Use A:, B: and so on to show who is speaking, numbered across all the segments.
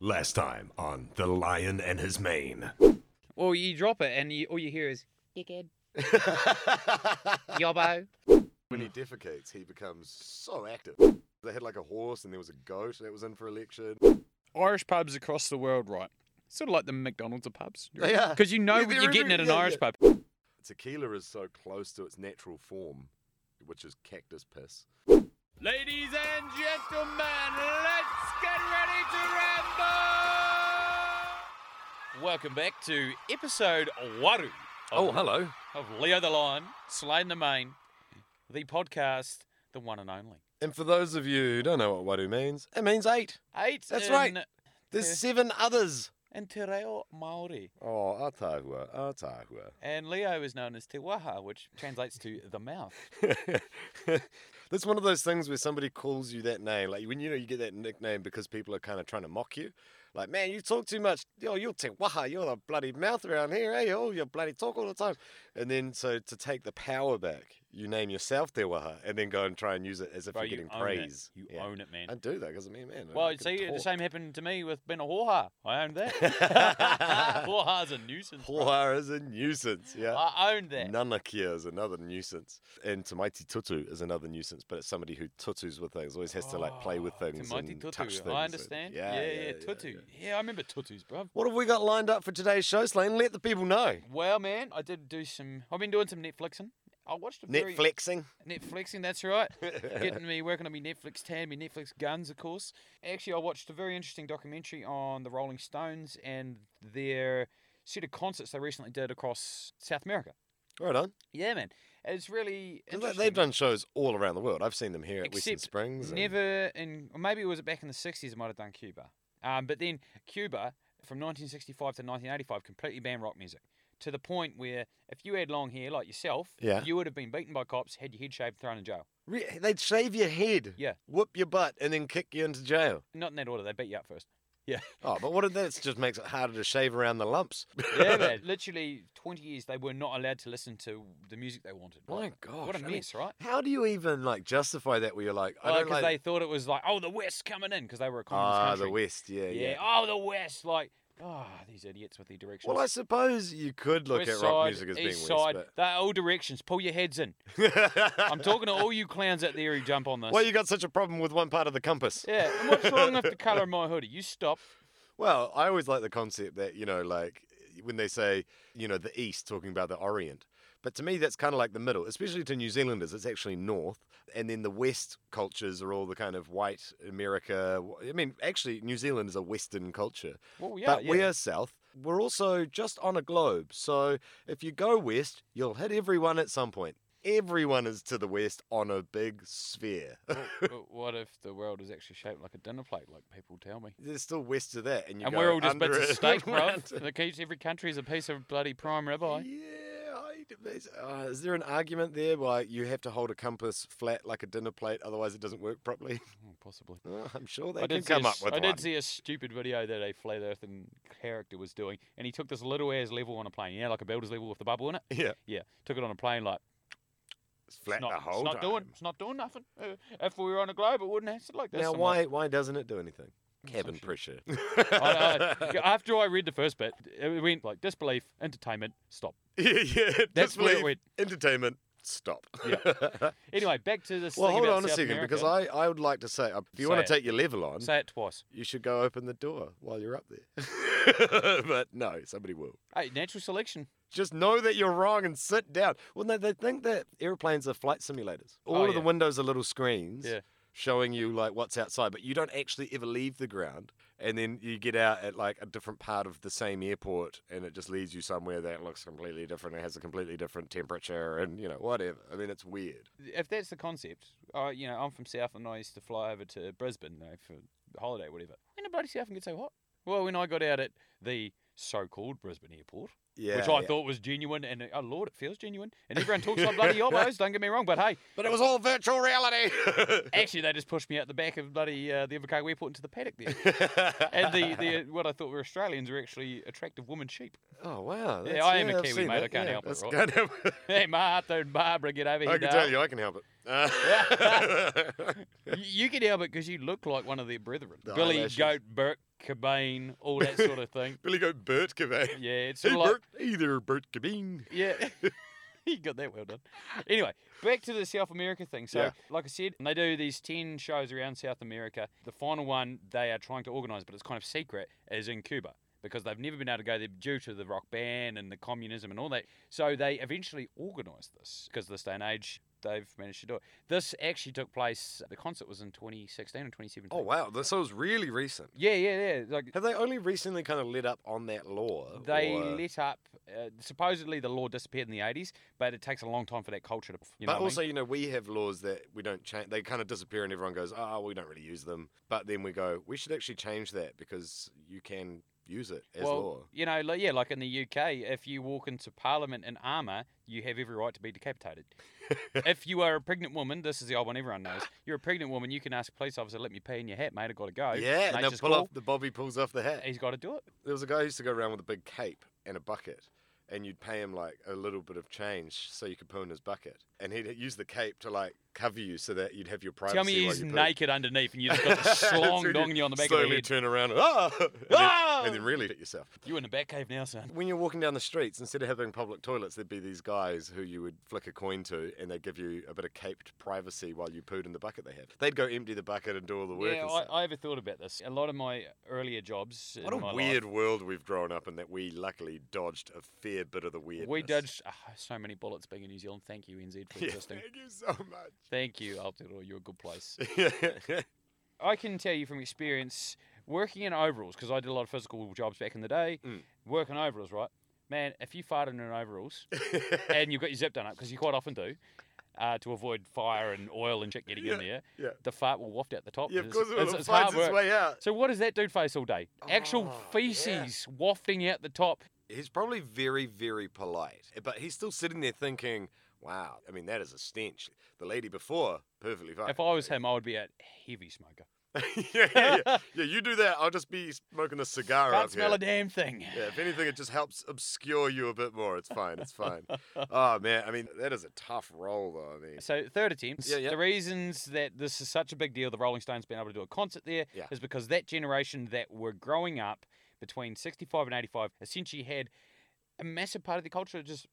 A: Last time on The Lion and His Mane.
B: Well, you drop it, and you, all you hear is "dickhead, yobbo."
C: When he defecates, he becomes so active. They had like a horse and there was a goat that was in for election.
D: Irish pubs across the world, right? Sort of like the McDonald's of pubs.
C: They are.
D: Because you know
C: Yeah,
D: what
C: they're
D: you're getting
C: every-
D: at an
C: yeah,
D: Irish
C: yeah.
D: pub.
C: Tequila is so close to its natural form, which is cactus piss.
D: Ladies and gentlemen, let's get ready to ramble! Welcome back to episode Waru.
A: Oh, hello.
D: Of Leo the Lion, Slain the Main, the podcast, the one and only.
A: And for those of you who don't know what Wadu means, it means eight.
D: Eight.
A: That's
D: in,
A: right. There's
D: Yeah.
A: seven others.
D: In Te Reo Māori.
C: Oh, Atahua, Atahua.
D: And Leo is known as Te Waha, which translates to the mouth.
C: That's one of those things where somebody calls you that name, like when you know you get that nickname because people are kind of trying to mock you. Like, man, you talk too much. Oh, you're te waha. You're the bloody mouth around here, eh? Oh, you bloody talk all the time. And then, so to take the power back, you name yourself te waha, and then go and try and use it as if
D: Bro,
C: you're
D: you
C: getting
D: own
C: praise.
D: it. You
C: Yeah.
D: own it, man.
C: I do that because I mean, man. I
D: Well,
C: can
D: see, the
C: talk.
D: same happened to me with Ben Horha. I owned that. Horha's a nuisance. bro.
C: Poha is a nuisance. Yeah.
D: I owned that.
C: Nanakia is another nuisance, and Tamaiti Tutu is another nuisance. But it's somebody who tutus with things, always has to like play with things
D: Tamaiti
C: and
D: tutu.
C: touch things. and-
D: Oh, I understand. yeah, yeah, tutu. Yeah, I remember tutus, bro.
C: What have we got lined up for today's show, Slane? Let the people know.
D: Well, man, I did do some. I've been doing some Netflixing. I watched a very
C: Netflixing.
D: Netflixing. That's right. Getting me working on me Netflix tan, me Netflix guns, of course. Actually, I watched a very interesting documentary on the Rolling Stones and their set of concerts they recently did across South America.
C: Right on.
D: Yeah, man, it's really
C: 'Cause they-
D: interesting.
C: They've done shows all around the world. I've seen them here at Western
D: Except
C: Springs. and-
D: Never in, or maybe it was back in the 60s, I might have done Cuba. Um, but then Cuba, from 1965 to 1985, completely banned rock music to the point where if you had long hair like yourself,
C: Yeah.
D: you would have been beaten by cops, had your head shaved, thrown in jail.
C: Re- they'd shave your head,
D: Yeah.
C: whoop your butt, and then kick you into jail.
D: Not in that order, they beat you up first.
C: Oh, but what if that just makes it harder to shave around the lumps?
D: Yeah, man. Literally 20 years, they were not allowed to listen to the music they wanted.
C: My gosh.
D: What a
C: I mean,
D: mess, right?
C: How do you even like justify that? Where you're like, Oh, I
D: Because
C: don't like
D: they thought it was like, oh, the West coming in, because they were a communist
C: ah
D: country.
C: the West, yeah, yeah.
D: Yeah. oh, the West. Like, oh, these idiots with the directions.
C: Well, I suppose you could look
D: West
C: at rock
D: side,
C: music as
D: east
C: being
D: side,
C: West.
D: they're all directions. Pull your heads in.
C: But...
D: I'm talking to all you clowns out there who jump on this.
C: Well, you got such a problem with one part of the compass.
D: yeah, and what's wrong with the colour of my hoodie? You stop.
C: Well, I always like the concept that you know, like when they say you know the East, talking about the Orient. But to me, that's kind of like the middle, especially to New Zealanders. It's actually north, and then the West cultures are all the kind of white America. I mean, actually, New Zealand is a Western culture.
D: Well, yeah,
C: but
D: yeah.
C: we are south. We're also just on a globe. So if you go west, you'll hit everyone at some point. Everyone is to the west on a big sphere.
D: But what if the world is actually shaped like a dinner plate, like people tell me?
C: There's still west of that, and you
D: and
C: go
D: we're all just bits
C: under
D: of
C: it
D: steak,
C: and
D: bro.
C: round it.
D: That keeps every country is a piece of bloody prime ribeye.
C: Yeah, I, is, uh, is there an argument there why you have to hold a compass flat like a dinner plate, otherwise it doesn't work properly?
D: Oh, possibly.
C: Oh, I'm sure they
D: I
C: can
D: did, see a
C: come up
D: s-
C: with
D: I
C: one.
D: did see a stupid video that a flat earthen character was doing, and he took this little air's level on a plane, yeah, like a builder's level with the bubble in it.
C: Yeah,
D: Yeah, took it on a plane, like
C: it's flat
D: it's not,
C: the
D: it's
C: whole
D: not
C: time.
D: doing, it's not doing nothing. Uh, if we were on a globe, it wouldn't have to like this.
C: now,
D: I'm like,
C: why why doesn't it do anything?
D: some
C: Cabin
D: shit.
C: pressure.
D: I, I, after I read the first bit, it went like disbelief, entertainment, stop.
C: yeah, yeah.
D: That's where it
C: disbelief,
D: went.
C: Entertainment. Stop.
D: Yeah. Anyway, back to this.
C: well,
D: thing
C: hold
D: about
C: on a
D: South
C: second, because
D: America.
C: I, I would like to say, uh, if you
D: Say
C: want
D: it.
C: to take your level on,
D: say it twice.
C: you should go open the door while you're up there. but no, somebody will.
D: Hey, natural selection.
C: Just know that you're wrong and sit down. Well, no, they think that airplanes are flight simulators. All
D: Oh,
C: of the
D: yeah.
C: windows are little screens
D: Yeah.
C: showing you like what's outside, but you don't actually ever leave the ground. And then you get out at like a different part of the same airport, and it just leads you somewhere that looks completely different. It has a completely different temperature, and you know whatever. I mean, it's weird.
D: If that's the concept, uh, you know, I'm from South and I used to fly over to Brisbane you know, for holiday, or whatever. When did bloody South and get so hot? Well, when I got out at the so-called Brisbane airport,
C: Yeah,
D: which I
C: yeah.
D: thought was genuine, and oh lord, it feels genuine, and everyone talks like bloody elbows. Don't get me wrong, but hey,
C: But it was all virtual reality.
D: actually, they just pushed me out the back of bloody uh, the Invercargill airport into the paddock there. and the, the what I thought were Australians are actually attractive woman sheep.
C: oh wow!
D: Yeah,
C: that's-
D: I am a
C: I've
D: Kiwi,
C: seen
D: mate, I
C: that,
D: can't
C: yeah,
D: help it,
C: that's
D: right?
C: kind of-
D: Hey, Martha and Barbara, get over here.
C: I can tell you, I can help it. Uh,
D: You, you get out because you look like one of their brethren.
C: The
D: Billy
C: eyelashes.
D: Goat Burke Cobain, all that sort of thing.
C: Billy Goat Bert Cobain.
D: Yeah, it's
C: Hey,
D: sort of like
C: Bert. Hey there, Bert Cobain.
D: Yeah. you got that well done. Anyway, back to the South America thing. So,
C: Yeah.
D: like I said, they do these 10 shows around South America. The final one they are trying to organise, but it's kind of secret, is in Cuba because they've never been able to go there due to the rock band and the communism and all that. So, they eventually organised this because this day and age. They've managed to do it. This actually took place. The concert was in 2016 or 2017.
C: Oh, wow. This was really recent.
D: yeah, yeah, yeah. Like
C: Have they only recently kind of lit up on that law?
D: they
C: or-
D: lit up. Uh, supposedly, the law disappeared in the 80s, but it takes a long time for that culture to. You
C: but
D: know what I mean?
C: also, you know, we have laws that we don't change. They kind of disappear, and everyone goes, "Oh, we don't really use them." But then we go, "We should actually change that because you can use it as
D: well,
C: law."
D: You know, like, yeah, like in the UK, if you walk into Parliament in armour, you have every right to be decapitated. if you are a pregnant woman, this is the old one everyone knows. You're a pregnant woman, you can ask a police officer, let me pee in your hat, mate, I've got to go.
C: Yeah, and
D: Mate,
C: they'll
D: just
C: pull
D: call.
C: off the Bobby pulls off the hat.
D: He's got to do it.
C: There was a guy who used to go around with a big cape and a bucket, and you'd pay him like a little bit of change so you could put in his bucket, and he'd use the cape to like cover you so that you'd have your privacy.
D: Tell me
C: while
D: he's
C: you poo.
D: naked underneath and you just got the
C: That's
D: slong
C: when
D: dong you on the back of
C: slowly
D: the head.
C: turn around, and, ah! and,
D: Ah!
C: Then, and then really hit yourself.
D: you in the back cave now, son.
C: When you're walking down the streets, instead of having public toilets, there'd be these guys who you would flick a coin to, and they'd give you a bit of caped privacy while you pooed in the bucket they had. They'd go empty the bucket and do all the work.
D: Yeah,
C: and stuff.
D: I, I ever thought about this. A lot of my earlier jobs.
C: what
D: in my
C: a
D: life-
C: weird world we've grown up in that we luckily dodged a fair bit of the weirdness.
D: We dodged ah, so many bullets being in New Zealand. Thank you, NZ, for
C: Yeah,
D: existing.
C: thank you so
D: Thank you, Aotearoa. You're a good place.
C: much.
D: I can tell you from experience working in overalls because I did a lot of physical jobs back in the day.
C: Mm.
D: Working overalls, right? Man, if you farted in overalls and you've got your zip done up because you quite often do uh, to avoid fire and oil and shit getting in there,
C: yeah.
D: the fart will waft out the top.
C: yeah, of
D: It's-
C: course it
D: it's-
C: will. It
D: it's hard
C: finds its
D: work.
C: way out.
D: So what does that dude face all day? Actual
C: Oh, yeah.
D: feces wafting out the top.
C: He's probably very, very polite, but he's still sitting there thinking, wow, I mean, that is a stench. The lady before, perfectly fine.
D: If I was him, I would be a heavy smoker.
C: yeah, yeah, yeah. yeah, you do that. I'll just be smoking a cigar
D: Can't
C: up
D: smell
C: here.
D: a damn thing.
C: Yeah, if anything, it just helps obscure you a bit more. It's fine. It's fine. oh man, I mean, that is a tough role, though. I mean,
D: So third attempt.
C: Yeah, yeah.
D: The reasons that this is such a big deal, the Rolling Stones being able to do a concert there, is
C: Yeah.
D: because that generation that were growing up between '65 and '85 essentially had a massive part of the culture just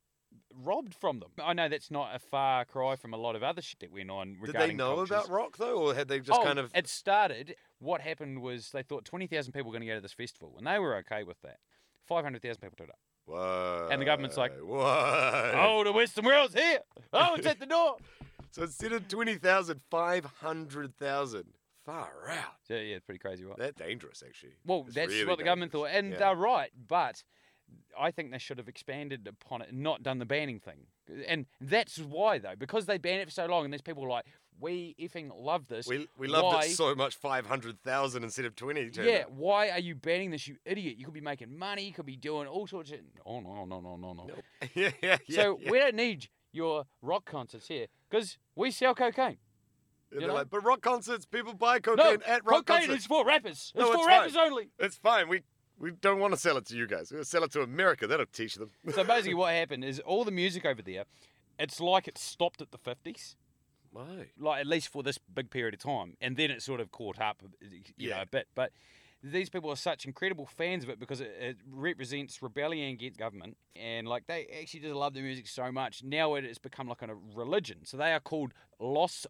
D: robbed from them. I know that's not a far cry from a lot of other shit that went on.
C: did they
D: Regarding
C: know
D: cultures.
C: about rock though, or had they just
D: Oh,
C: kind of?
D: It started. What happened was they thought twenty thousand people were going to go to this festival, and they were okay with that. Five hundred thousand people turned up.
C: Whoa.
D: and the government's like,
C: whoa.
D: Oh, the Western world's here! Oh, it's at the door!
C: So instead of 20,000, 500,000. Far out.
D: So yeah, it's pretty crazy, right?
C: That's dangerous, actually.
D: Well,
C: It's
D: that's
C: really
D: what the government thought,
C: dangerous.
D: and
C: Yeah.
D: they're right. But I think they should have expanded upon it, and not done the banning thing. And that's why, though, because they banned it for so long, and there's people like, "We effing love this."
C: We, we loved
D: Why-
C: it so much, 500,000 instead of 20. turned
D: yeah,
C: up.
D: why are you banning this, you idiot? You could be making money, you could be doing all sorts of. Oh no, no, no, no, no.
C: yeah, yeah, yeah.
D: so
C: yeah.
D: we don't need your rock concerts here because we sell cocaine.
C: And
D: you
C: they're
D: know?
C: like, but rock concerts, people buy cocaine
D: no,
C: at rock
D: cocaine
C: concerts.
D: is for rappers. It's
C: No,
D: for
C: it's fine.
D: rappers only.
C: It's fine. We, we don't want to sell it to you guys. We'll sell it to America. That'll teach them.
D: So basically, what happened is all the music over there, it's like it stopped at the fifties.
C: Why?
D: like at least for this big period of time, and then it sort of caught up, you know,
C: Yeah.
D: a bit. But these people are such incredible fans of it because it, it represents rebellion against government, and like they actually just love the music so much. Now it has become like a religion, so they are called Los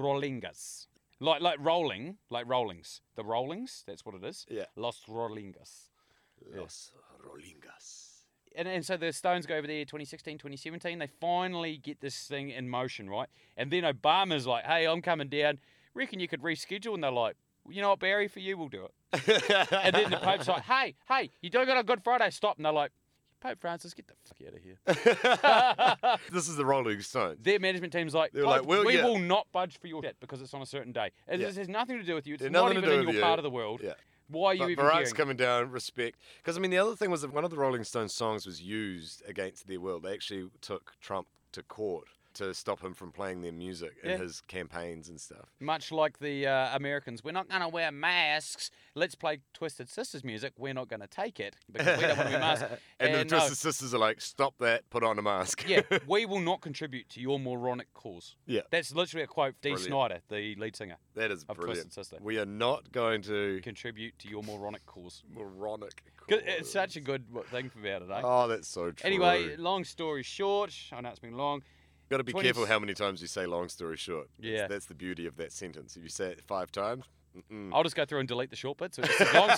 D: Rollingas, like like rolling, like rollings, the rollings. That's what it is.
C: Yeah.
D: Los Rollingas. Yeah.
C: Los Rolingas.
D: And, and so the Stones go over there 2016, 2017. They finally get this thing in motion, right? And then Obama's like, hey, I'm coming down. Reckon you could reschedule? And they're like, you know what, Barry, for you, we'll do it. And then the Pope's like, hey, hey, you don't got a Good Friday stop. And they're like, Pope Francis, get the fuck out of here.
C: this is the Rolling Stones.
D: Their management team's like,
C: They were like,
D: "Pope,
C: well,
D: we
C: yeah."
D: will not budge for your shit because it's on a certain day. It
C: Yeah.
D: this has nothing to do with you. It's
C: Yeah,
D: not
C: nothing to
D: even
C: do
D: in your
C: with you.
D: part of the world.
C: Yeah.
D: Why are you
C: But
D: even
C: Barack's
D: caring?
C: coming down, respect. Because I mean, the other thing was that one of the Rolling Stones songs was used against their will. They actually took Trump to court to stop him from playing their music in
D: Yeah.
C: his campaigns and stuff.
D: Much like the uh, Americans, we're not going to wear masks. Let's play Twisted Sisters music. We're not going to take it because we don't want to be masked.
C: And the
D: And no.
C: Twisted Sisters are like, stop that, put on a mask.
D: yeah, we will not contribute to your moronic cause.
C: Yeah.
D: That's literally a quote from Dee
C: Brilliant.
D: Snyder, the lead singer
C: that is
D: of
C: brilliant.
D: Twisted Sister.
C: We are not going to
D: Contribute to your moronic cause.
C: moronic.
D: 'Cause It's such a
C: cause.
D: good w- thing about it, eh?
C: Oh, that's so true.
D: anyway, long story short, I know it's been long.
C: got to be
D: 20
C: careful how many times you say long story short. That's-
D: Yeah.
C: that's the beauty of that sentence. If you say it five times, mm-mm.
D: I'll just go through and delete the short bits. So it's Oh, a long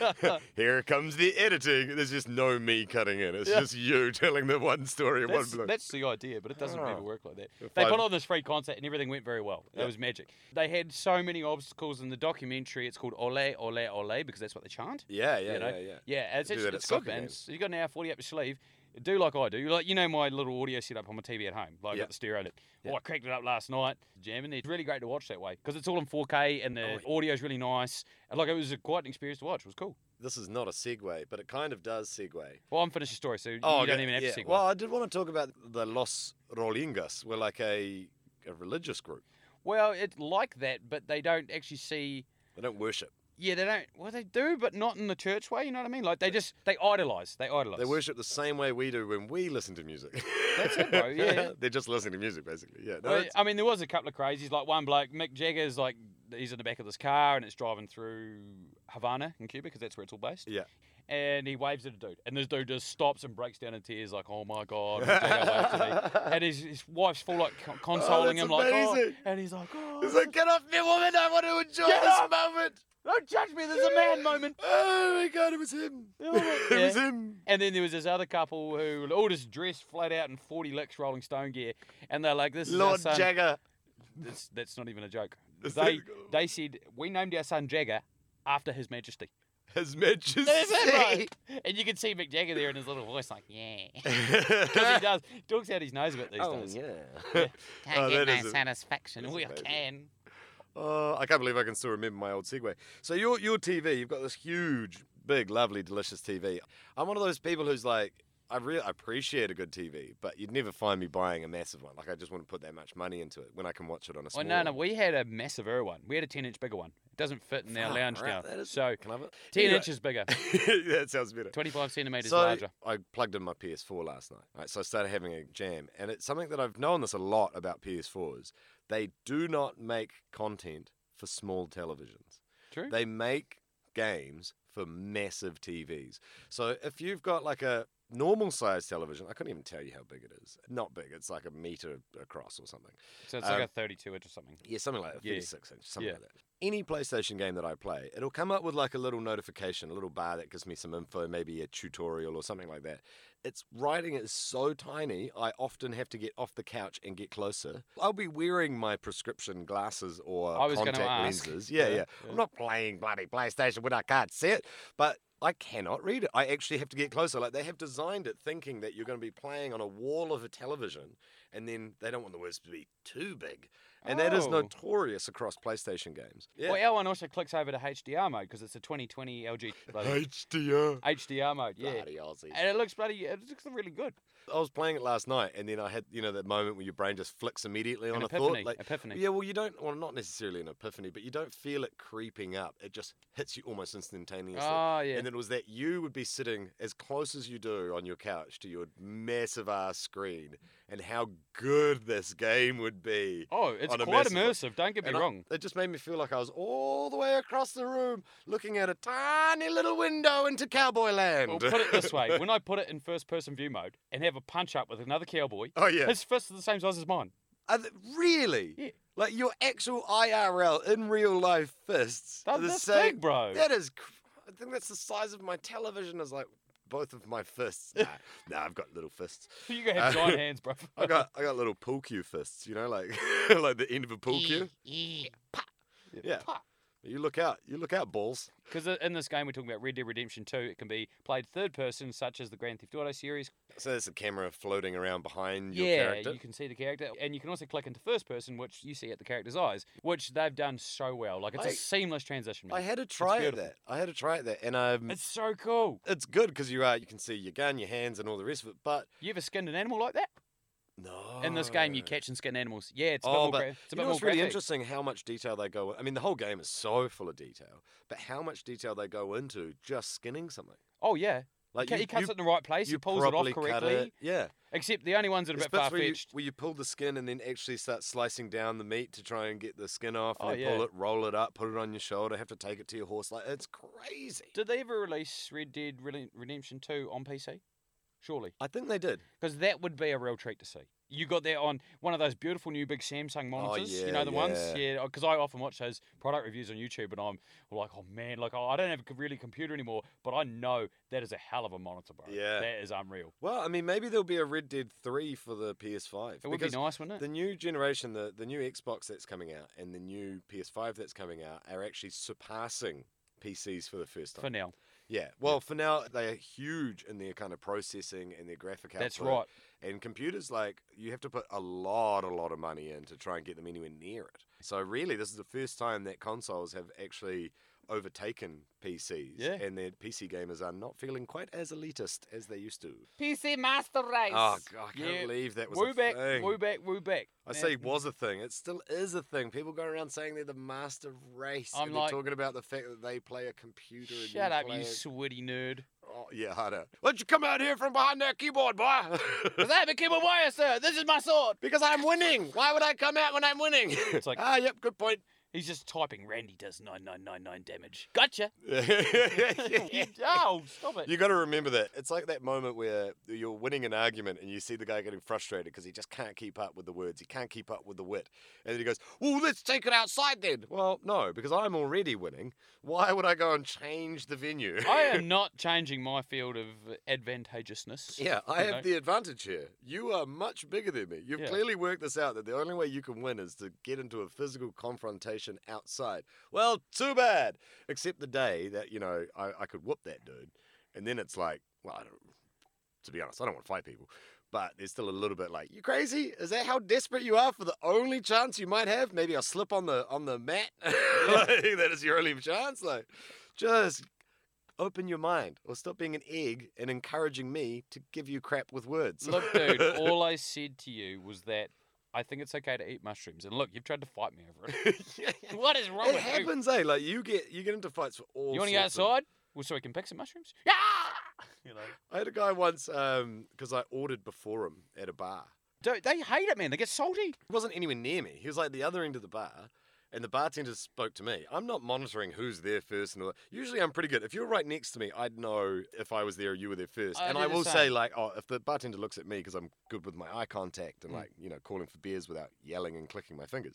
D: story.
C: Here comes the editing. There's just no me cutting in. It's
D: Yeah.
C: just you telling the one story in one
D: that's,
C: blow.
D: that's the idea, but it doesn't
C: Ah.
D: ever work like that.
C: If
D: They
C: I-
D: put on this free concert and everything went very well. It
C: Yeah.
D: was magic. They had so many obstacles in the documentary. It's called Ole Ole Ole because that's what they chant.
C: Yeah, yeah,
D: you know?
C: yeah, yeah.
D: Yeah, it's,
C: They do
D: it's,
C: that at
D: it's good,
C: soccer
D: man.
C: games.
D: So you got an hour 40 up your sleeve. Do like I do. Like, you know my little audio setup on my TV at home. Like, I
C: Yeah.
D: got the stereo lit.
C: Yeah.
D: Oh, I cracked it up last night, jamming. It's really great to watch that way because it's all in 4K and the
C: Oh,
D: audio's really nice. And, like, it was a, quite an experience to watch. It was cool.
C: This is not a segue, but it kind of does segue.
D: Well, I'm finished the story, so you
C: Oh, okay,
D: don't even have
C: yeah.
D: to segue.
C: Well, I did want to talk about the Los Rolingas. We're like a, a religious group.
D: well, it's like that, but they don't actually see
C: They don't worship.
D: Yeah, they don't. Well, they do, but not in the church way. You know what I mean? Like they just they idolize. They idolize.
C: They worship the same way we do when we listen to music.
D: That's it, bro, yeah.
C: They're just listening to music, basically. Yeah. No,
D: Well,
C: it's-
D: I mean, there was a couple of crazies. Like one bloke, Mick Jagger's like he's in the back of this car and it's driving through Havana in Cuba because that's where it's all based.
C: Yeah.
D: And he waves at a dude, and this dude just stops and breaks down in tears, like, "Oh my god!" Mick Jagger waved to me." And his, his wife's full like con- consoling
C: Oh, that's
D: him, like, "Oh,"
C: amazing.
D: and he's like, "Oh,
C: It's like, get off me, woman! I want to enjoy
D: Get
C: this
D: off!"
C: moment.
D: don't judge me. There's a man moment."
C: Oh my god, it was him.
D: Oh my-
C: it was
D: Yeah.
C: him.
D: And then there was this other couple who all just dressed flat out in 40 licks Rolling Stone gear, and they're like, "This is our
C: Lord
D: son."
C: Jagger.
D: That's, that's not even a joke.
C: Is
D: They
C: that-
D: they said we named our son Jagger after His Majesty.
C: His Majesty.
D: Is that right? And you can see Mick Jagger there in his little voice, like, "Yeah," because he does talks out his nose a bit these
C: oh
D: days.
C: yeah.
B: Can't
C: Oh,
B: get
C: that
B: no
C: is a-
B: satisfaction.
C: that's
B: We
C: amazing.
B: can.
C: Oh, I can't believe I can still remember my old Segway. So your your TV, you've got this huge, big, lovely, delicious TV. I'm one of those people who's like, I really appreciate a good TV, but you'd never find me buying a massive one. Like I just wouldn't put that much money into it when I can watch it on a
D: Oh
C: small.
D: no, no,
C: one.
D: we had a massive er one. We had a 10 inch bigger one. It doesn't fit in our
C: Fuck,
D: lounge
C: right,
D: now.
C: that is-
D: So
C: Can I have it?
D: 10
C: Anyway.
D: inches bigger,
C: that sounds better.
D: 25 centimeters
C: so
D: larger.
C: I plugged in my PS4 last night. Right, so I started having a jam, and it's something that I've known this a lot about PS4s. They do not make content for small televisions.
D: True.
C: They make games for massive TVs. So if you've got like a normal sized television, I couldn't even tell you how big it is. Not big. It's like a meter across or something.
D: so it's like
C: um,
D: a 32 inch or something.
C: Yeah, something like that,
D: Yeah.
C: 36 inch, something
D: Yeah.
C: like that. Any PlayStation game that I play, it'll come up with like a little notification, a little bar that gives me some info, maybe a tutorial or something like that. Its writing is so tiny, I often have to get off the couch and get closer. I'll be wearing my prescription glasses or
D: I was gonna
C: contact
D: ask.
C: lenses. Yeah, yeah,
D: yeah.
C: I'm not playing bloody PlayStation when I can't see it, but I cannot read it. I actually have to get closer. Like they have designed it thinking that you're going to be playing on a wall of a television, and then they don't want the words to be too big. And that is
D: Oh.
C: notorious across PlayStation games. Yeah.
D: Well, our one also clicks over to HDR mode because it's a 2020 LG bloody
C: HDR.
D: HDR mode. Yeah,
C: Bloody Aussies.
D: and it looks bloody. It looks really good.
C: I was playing it last night, and then I had you know that moment where your brain just flicks immediately on
D: An
C: a
D: epiphany.
C: thought. Like,
D: epiphany.
C: yeah, well, you don't. Well, not necessarily an epiphany, but you don't feel it creeping up. It just hits you almost instantaneously.
D: Oh yeah.
C: And then it was that you would be sitting as close as you do on your couch to your massive ass screen, and how good this game would be.
D: oh, it's
C: on a
D: quite
C: massive one.
D: immersive. Don't get me
C: And I-
D: wrong.
C: It just made me feel like I was all the way across the room looking at a tiny little window into cowboy land.
D: Well, put it this way: when I put it in first-person view mode and have a punch-up with another cowboy,
C: oh, yeah.
D: his fists are the same size as mine.
C: Are th- really?
D: Yeah.
C: Like your actual IRL in real life fists.
D: They're
C: are the
D: this
C: same.
D: big, bro.
C: That is, cr- I think that's the size of my television, is like both of my fists. Nah, nah I've got little fists.
D: you gonna have
C: Uh,
D: giant hands, bro.
C: I got I got little pool cue fists, you know, like like the end of a
D: E,
C: pool cue. Yeah. You look out, you look out, balls.
D: Because in this game we're talking about Red Dead Redemption 2, it can be played third person, such as the Grand Theft Auto series,
C: So there's a camera floating around behind your
D: yeah,
C: character.
D: you can see the character, and you can also click into first person, which you see at the character's eyes, which they've done so well. Like it's a
C: I-
D: seamless transition. Man.
C: I had a try at
D: beautiful.
C: that. I had a try at that, and um,
D: it's
C: it's
D: so cool.
C: uh, it's good because you are you can see your gun, your hands, and all the rest of it. But
D: You ever skinned an animal like that?
C: No.
D: In this game, you catch and skin animals. Yeah, it's a bit
C: Oh,
D: more.
C: but
D: gra- it's a
C: You
D: bit
C: know,
D: more
C: it's really
D: graphic.
C: interesting how much detail they go. I mean, the whole game is so full of detail, but how much detail they go into just skinning something.
D: Oh yeah,
C: Like Uh,
D: Ca-
C: you,
D: he cuts
C: you,
D: it in the right place.
C: you
D: he pulls it off
C: properly cut
D: correctly.
C: it. Yeah,
D: Except the only ones that are a
C: There's
D: bit
C: bits
D: far
C: where you,
D: fetched.
C: where you pull the skin and then actually start slicing down the meat to try and get the skin off, and
D: Oh,
C: then pull
D: yeah.
C: it, roll it up, put it on your shoulder, have to take it to your horse. Like it's crazy.
D: Did they ever release Red Dead Rele- Redemption Two on PC? Surely,
C: I think they did.
D: because that would be a real treat to see. You got that on one of those beautiful new big Samsung monitors.
C: Oh, yeah,
D: you know the ones,
C: yeah.
D: yeah. Because I often watch those product reviews on YouTube, and I'm like, oh man, like oh, I don't have a c- really computer anymore, but I know that is a hell of a monitor, bro.
C: Yeah.
D: that is unreal.
C: Well, I mean, maybe there'll be a Red Dead Three for the PS5.
D: It would be
C: because
D: nice, wouldn't it?
C: The new generation, the, the new Xbox that's coming out and the new PS5 that's coming out are actually surpassing PCs for the first time.
D: For now,
C: yeah. Well, for now, they are huge in their kind of processing and their graphic output.
D: that's right.
C: And computers, like, you have to put a lot, a lot of money in to try and get them anywhere near it. So, really, this is the first time that consoles have actually overtaken PCs.
D: Yeah.
C: And their PC gamers are not feeling quite as elitist as they used to.
B: PC Master Race.
C: Oh, God, I can't
D: Yeah.
C: believe that was
D: Woo
C: a
D: back,
C: thing.
D: woo back, woo back.
C: I
D: Man,
C: say was a thing. It still is a thing. People go around saying they're the master race.
D: I'm
C: and
D: like-
C: they're talking about the fact that they play a computer. and
D: Shut up,
C: play
D: you
C: a-
D: sweaty nerd.
C: Oh, yeah, I know. Why'd you come out here from behind that keyboard, boy?
D: Because I became a warrior, sir. This is my sword.
C: because I'm winning. Why would I come out when I'm winning?
D: It's like-
C: ah, yep, good point.
D: He's just typing. Randy does nine nine nine nine damage. Gotcha.
C: you
D: oh, stop it.
C: got to remember that. It's like that moment where you're winning an argument and you see the guy getting frustrated because he just can't keep up with the words. He can't keep up with the wit. And then he goes, Well, let's take it outside then. Well, no, because I'm already winning. Why would I go and change the venue?
D: I am not changing my field of advantageousness.
C: Yeah, I
D: You
C: have the advantage here. You are much bigger than me. You've
D: Yeah.
C: clearly worked this out that the only way you can win is to get into a physical confrontation outside. Well, too bad. Except the day that, you know, I, I could whoop that dude. And then it's like, well, I don't, to be honest, I don't want to fight people. But there's still a little bit like, you crazy? Is that how desperate you are for the only chance you might have? Maybe I'll slip on the on the mat. Like, that is your only chance. Like, just open your mind or stop being an egg and encouraging me to give you crap with words.
D: Look, dude. All I said to you was that I think it's okay to eat mushrooms. And look, you've tried to fight me over it. what is wrong
C: it
D: with you?
C: happens, eh? Like you get you get into fights for all.
D: You want to go
C: sorts of-
D: outside? Well, so we can pick some mushrooms. Yeah. You know.
C: I had a guy once because I ordered before him at a bar.
D: Dude, they hate it, man. They get salty.
C: He wasn't anywhere near me. He was like the other end of the bar, and the bartender spoke to me. I'm not monitoring who's there first and all that. Usually, I'm pretty good. If you're right next to me, I'd know if I was there or you were there first.
D: I
C: and
D: do
C: I
D: the
C: will say,
D: same.
C: like, oh, if the bartender looks at me because I'm good with my eye contact and
D: Mm.
C: like you know calling for beers without yelling and clicking my fingers,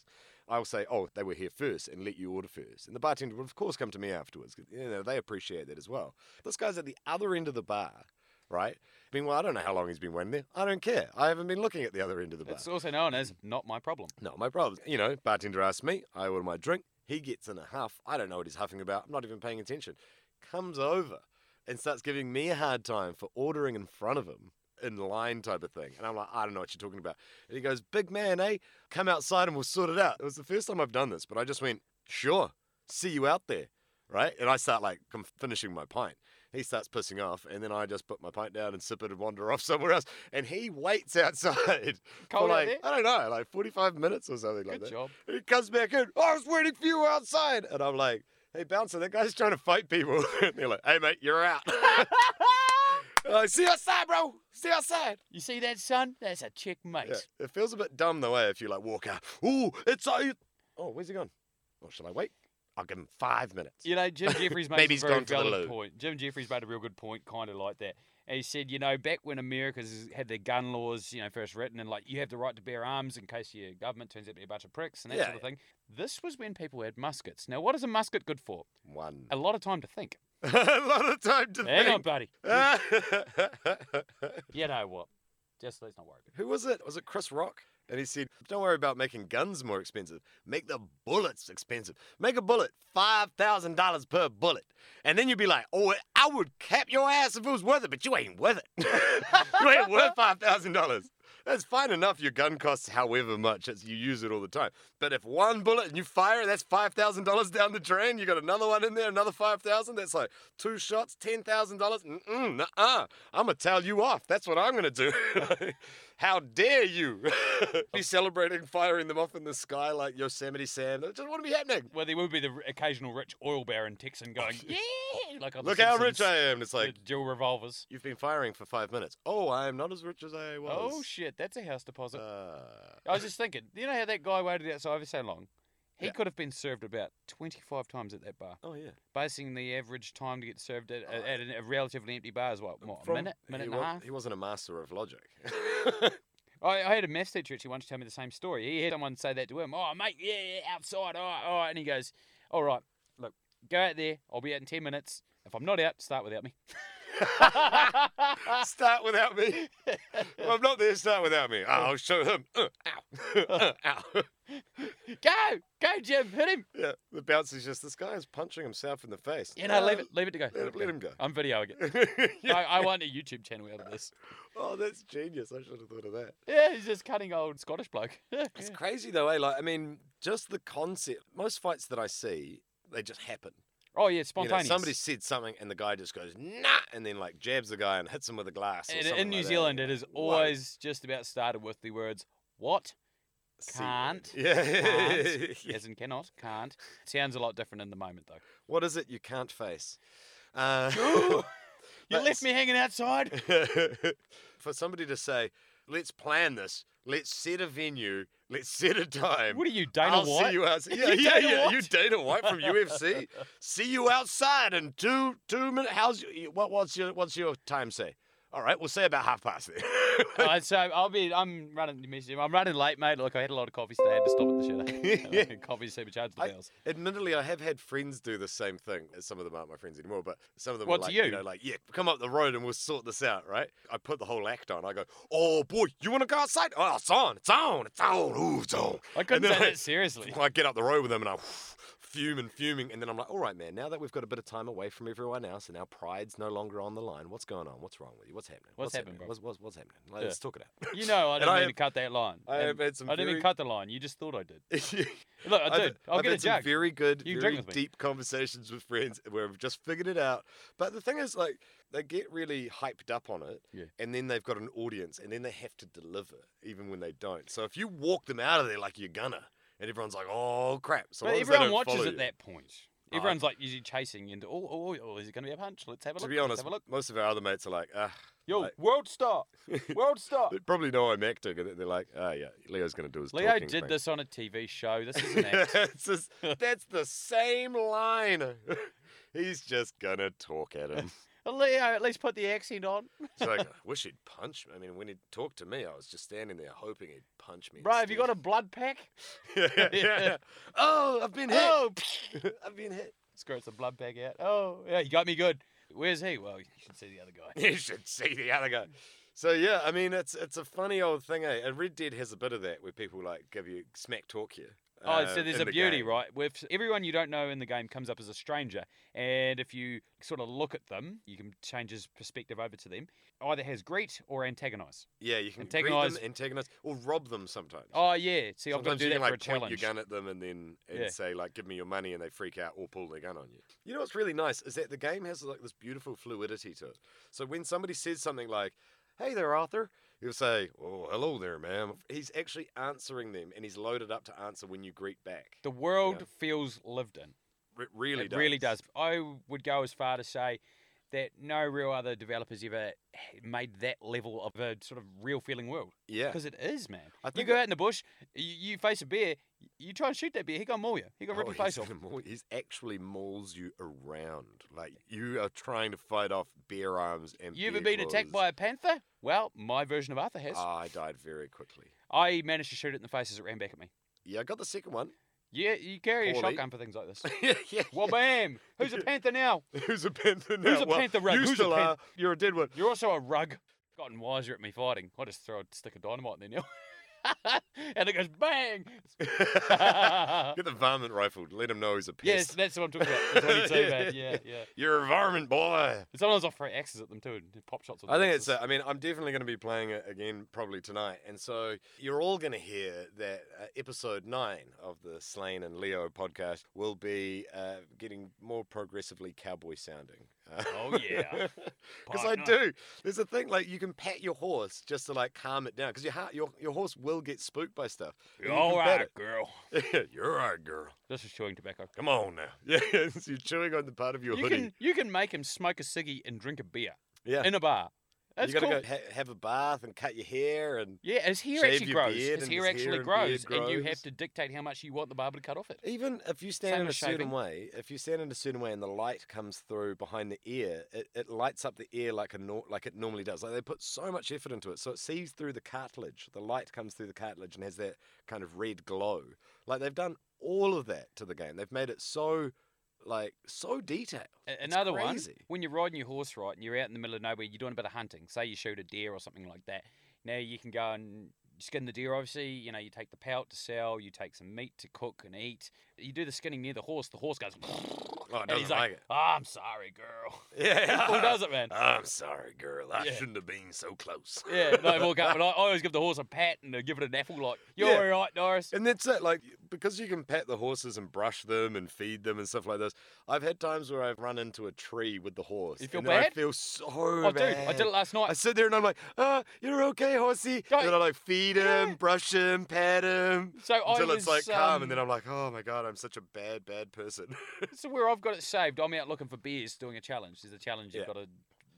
C: I will say, oh, they were here first and let you order first. And the bartender will of course come to me afterwards. 'cause, You know, they appreciate that as well. This guy's at the other end of the bar. Right? Meanwhile, I don't know how long he's been waiting there. I don't care. I haven't been looking at the other end of the bar.
D: It's also known as not my problem.
C: No, my problems. You know, bartender asks me, I order my drink. He gets in a huff. I don't know what he's huffing about. I'm not even paying attention. Comes over and starts giving me a hard time for ordering in front of him in line type of thing. And I'm like, I don't know what you're talking about. And he goes, Big man, eh? Come outside and we'll sort it out. It was the first time I've done this, but I just went, Sure, see you out there. Right? And I start like com- finishing my pint. He starts pissing off, and then I just put my pint down and sip it and wander off somewhere else. And he waits outside
D: Cold
C: for
D: out
C: like,
D: there?
C: I don't know, like 45 minutes or something like
D: Good
C: that.
D: job.
C: And he comes back in, "Oh, I was waiting for you outside. And I'm like, hey, bouncer, that guy's trying to fight people. and they're like, hey, mate, you're out. I'm like, See you outside, bro. See you outside.
D: You see that, son? That's a checkmate.
C: Yeah, it feels a bit dumb the way if you like walk out. Ooh, it's uh, oh, where's he gone? Oh, shall I wait? I'll give him five minutes.
D: You know, Jim Jeffries made
C: Maybe
D: a
C: he's
D: very
C: gone to the
D: valid
C: loo.
D: point. Jim Jeffries made a real good point, kind of like that. And he said, you know, back when America's had their gun laws, you know, first written, and like you have the right to bear arms in case your government turns out to be a bunch of pricks and that
C: Yeah,
D: sort of thing. This was when people had muskets. Now, what is a musket good for?
C: One.
D: A lot of time to think.
C: a lot of time to
D: Hang on,
C: think.
D: buddy.
C: Ah.
D: You know what? Just let's not worry.
C: Who was it? Was it Chris Rock? And he said, Don't worry about making guns more expensive. Make the bullets expensive. Make a bullet $5,000 per bullet. And then you'd be like, Oh, I would cap your ass if it was worth it, but you ain't worth it. you ain't worth $5,000. That's fine enough. Your gun costs however much. It's, you use it all the time. But if one bullet and you fire it, that's five thousand dollars down the drain. You got another one in there, another five thousand. That's like two shots, ten thousand dollars. Mm uh. I'm gonna tell you off. That's what I'm gonna do. How dare you? be celebrating firing them off in the sky like Yosemite Sam. That just wouldn't be happening.
D: Well, there will be the r- occasional rich oil baron Texan
C: Oh,
D: going, yeah, like on The
C: Look how rich
D: Simpsons
C: I am. It's like,
D: with dual revolvers.
C: you've been firing for five minutes. Oh, I am not as rich as I was.
D: Oh shit, that's a house deposit.
C: Uh,
D: I was just thinking, you know how that guy waited outside for so long? He
C: Yeah.
D: could have been served about 25 times at that bar.
C: oh, yeah.
D: Basing the average time to get served at, at a, a relatively empty bar is what, what a
C: From-
D: minute, minute
C: he
D: and a
C: wa-
D: half?
C: He wasn't a master of logic.
D: I, I had a maths teacher actually once tell me the same story. He had someone say that to him, oh, mate, yeah, yeah, outside, all right, all right. And he goes, all right, look, go out there. I'll be out in 10 minutes. If I'm not out, start without me.
C: start without me. Well, I'm not there. Start without me.
D: Oh.
C: I'll show him. Uh, ow. Uh, ow.
D: go, go, Jim, hit him.
C: yeah, the bouncer's just this guy is punching himself in the face.
D: You know, leave it, Oh. leave it to go.
C: Uh, Let, him- let him go.
D: I'm videoing it. I, I want a YouTube channel out of this.
C: Oh, that's genius. I should have thought of that.
D: Yeah, he's just cutting old Scottish bloke.
C: It's crazy though, eh? Like, I mean, just the concept. Most fights that I see, they just happen.
D: oh yeah,
C: You know,
D: spontaneous.
C: somebody said something, and the guy just goes nah, and then like jabs the guy and hits him with a glass. or
D: in,
C: something
D: in New
C: like that.
D: Zealand, it is
C: Whoa.
D: always just about started with the words "what,"
C: See-
D: can't,
C: Yeah.
D: can't, as in cannot, can't. Sounds a lot different in the moment though.
C: what is it you can't face? Uh,
D: you left
C: That's-
D: me hanging outside.
C: for somebody to say, let's plan this, let's set a venue, let's set a time.
D: What are you, Dana
C: Um, I'll
D: White?
C: see you outside. Yeah,
D: You
C: yeah,
D: Dana
C: yeah.
D: White?
C: You Dana White from UFC. see you outside in two two minutes. How's your, what, what's your what's your time say? All right, we'll say about half past then.
D: Uh, so I'll be. I'm running. you message him, I'm running late, mate. Look, I had a lot of coffee, so I had to stop at the show.
C: Yeah.
D: Coffee supercharged the
C: I-
D: bells.
C: Admittedly, I have had friends do the same thing. Some of them aren't my friends anymore, but some of them
D: What
C: were
D: to
C: like,
D: you?
C: know, like, yeah, come up the road and we'll sort this out, right? I put the whole act on. I go, oh boy, you want to go outside? Oh, it's on, it's on, it's on, ooh, it's on.
D: I couldn't
C: then
D: say
C: I-
D: that seriously.
C: I get up the road with them and I fume and fuming, and then I'm like, all right, man, now that we've got a bit of time away from everyone else and our pride's no longer on the line, what's going on? What's wrong with you? What's happening?
D: What's happened, bro?
C: What's, what's, what's happening? Like,
D: Yeah.
C: Let's talk it out.
D: You know, I
C: And
D: didn't
C: I
D: mean
C: have-
D: to cut that line.
C: I have
D: And
C: had some
D: I didn't
C: very-
D: even cut the line. You just thought I did. Look, I
C: I've-
D: did. I'll
C: I've
D: get a
C: had some
D: jug.
C: very good,
D: You can drink
C: very
D: with me.
C: deep conversations with friends where we've just figured it out. But the thing is, like, they get really hyped up on it,
D: Yeah.
C: and then they've got an audience, and then they have to deliver, even when they don't. So if you walk them out of there like you're gonna, and everyone's like, "Oh crap!" So
D: But
C: long as they
D: everyone
C: don't
D: watches
C: follow
D: at
C: you-
D: that point.
C: Oh, I-
D: Everyone's like usually chasing into, oh, oh, oh, is it going to be a punch? Let's have a
C: To
D: look.
C: be
D: let's
C: honest,
D: have a look.
C: most of our other mates are like, "Ah,
D: Yo,
C: like-
D: world star, world star.
C: they probably know I'm acting," and they're like, "Ah, yeah, Leo's gonna do his
D: Leo
C: talking
D: did
C: thing."
D: this on a TV show. This is an act.
C: It's just- that's the same line. He's just gonna talk at him.
D: Leo, at least put the accent on.
C: It's like, I wish he'd punch me. I mean, when he talked to me, I was just standing there hoping he'd punch me.
D: Bro, have you got a blood pack?
C: yeah, yeah. Oh, I've been hit.
D: Oh,
C: I've been hit.
D: squirts the blood pack out. Oh, yeah, you got me good. Where's he? Well, you should see the other guy.
C: You should see the other guy. So yeah, I mean, it's it's a funny old thing, eh? And Red Dead has a bit of that where people like give you smack talk you.
D: Oh,
C: uh,
D: so there's
C: in
D: a
C: the
D: beauty,
C: game.
D: right? With everyone you don't know in the game comes up as a stranger, and if you sort of look at them, you can change his perspective over to them. Either has greet or antagonize.
C: Yeah, you can antagonize,
D: Antagonise-
C: them, antagonize, or rob them sometimes.
D: Oh yeah, see, I've
C: Sometimes
D: got to do
C: you
D: that
C: can like
D: for a
C: point
D: challenge.
C: your gun at them and then and
D: Yeah.
C: say like, "Give me your money," and they freak out or pull their gun on you. You know what's really nice is that the game has like this beautiful fluidity to it. So when somebody says something like, "Hey there, Arthur," he'll say, "Oh, hello there, ma'am." He's actually answering them, and he's loaded up to answer when you greet back.
D: The world feels lived in.
C: It really
D: it
C: does.
D: really does. I would go as far to say that no real other developers ever made that level of a sort of real feeling world
C: Yeah.
D: because it is, man.
C: I
D: You
C: think
D: go out in the bush, you, you face a bear, you try and shoot that bear, he gonna maul you. He gonna rip
C: Oh,
D: your face
C: he's
D: off.
C: gonna maul- he's actually mauls you around. Like you are trying to fight off bear arms and.
D: You ever
C: bear
D: been attacked by
C: claws.
D: a panther? Well, my version of Arthur has.
C: Ah, I died very quickly.
D: I managed to shoot it in the face as it ran back at me.
C: Yeah, I got the second one.
D: Yeah, you carry a
C: Poorly.
D: shotgun for things like this.
C: yeah, yeah.
D: well, bam! Who's a panther now?
C: Who's a panther now?
D: Who's a
C: Well,
D: panther rug?
C: You
D: Who's a
C: still
D: pan-
C: are. You're a dead one.
D: You're also a rug. Gotten wiser at me fighting. I just throw a stick of dynamite in there now. and it goes bang!
C: Get the varmint rifled. Let him know he's a pest.
D: yes, that's what I'm talking about. That's what he's saying, man.
C: Yeah.
D: Yeah, yeah.
C: You're a varmint boy.
D: And sometimes I throw axes at them too and do pop shots. with
C: I
D: the
C: think it's.
D: axes.
C: Uh, I mean, I'm definitely going to be playing it again probably tonight, and so you're all going to hear that uh, episode nine of the Slain and Leo podcast will be uh, getting more progressively cowboy sounding.
D: Oh, yeah.
C: Because I
D: Partner.
C: do. There's a thing like you can pat your horse just to like calm it down because your heart, your your horse will get spooked by stuff. and
D: You're
C: you can
D: all
C: pat
D: right, girl.
C: it. You're all right, girl.
D: This is chewing tobacco.
C: Come on now. Yeah, so you're chewing on the part of your
D: You
C: hoodie.
D: can you can make him smoke a ciggy and drink a beer
C: yeah.
D: in a bar.
C: you
D: That's
C: gotta
D: cool.
C: go ha- have a bath and cut your hair and
D: Yeah, his hair
C: Shave
D: actually
C: your
D: grows.
C: beard
D: His
C: and
D: hair
C: his
D: actually
C: hair and
D: grows,
C: beard
D: and you have
C: grows.
D: to dictate how much you want the barber to cut off it.
C: even if you stand
D: Same
C: in a
D: as
C: certain
D: shaving.
C: way, if you stand in a certain way and the light comes through behind the ear, it, it lights up the ear like a nor- like it normally does. Like they put so much effort into it, so it sees through the cartilage. The light comes through the cartilage and has that kind of red glow. Like they've done all of that to the game. They've made it so like so detailed.
D: A-
C: It's
D: Another one,
C: crazy.
D: when you're riding your horse, right, and you're out in the middle of nowhere, you're doing a bit of hunting. Say you shoot a deer or something like that. Now you can go and skin the deer, obviously. You know, you take the pelt to sell, you take some meat to cook and eat. You do the skinning near the horse, the horse goes,
C: Oh, it
D: and
C: doesn't
D: he's
C: like,
D: like,
C: it.
D: "Oh, I'm sorry, girl.
C: Yeah,
D: He full does it, man.
C: I'm sorry, girl. I
D: Yeah.
C: shouldn't have been so close.
D: Yeah, they walk up, and I I always give the horse a pat and I give it an apple, like, you're
C: Yeah.
D: all right, Doris.
C: And that's it. Like because you can pet the horses and brush them and feed them and stuff like this. I've had times where I've run into a tree with the horse.
D: You feel
C: and then
D: bad?
C: I feel so
D: Oh, dude,
C: bad.
D: I did it last night.
C: I sit there and I'm like, ah, you're okay, horsey.
D: Don't-
C: And then I like feed
D: Yeah.
C: him, brush him, pat him.
D: So I
C: Until
D: was,
C: it's like calm, and then
D: um,
C: I'm like, oh my god, I'm such a bad, bad person.
D: So where I've got it saved, I'm out looking for beers, doing a challenge. There's a challenge you've
C: Yeah.
D: got to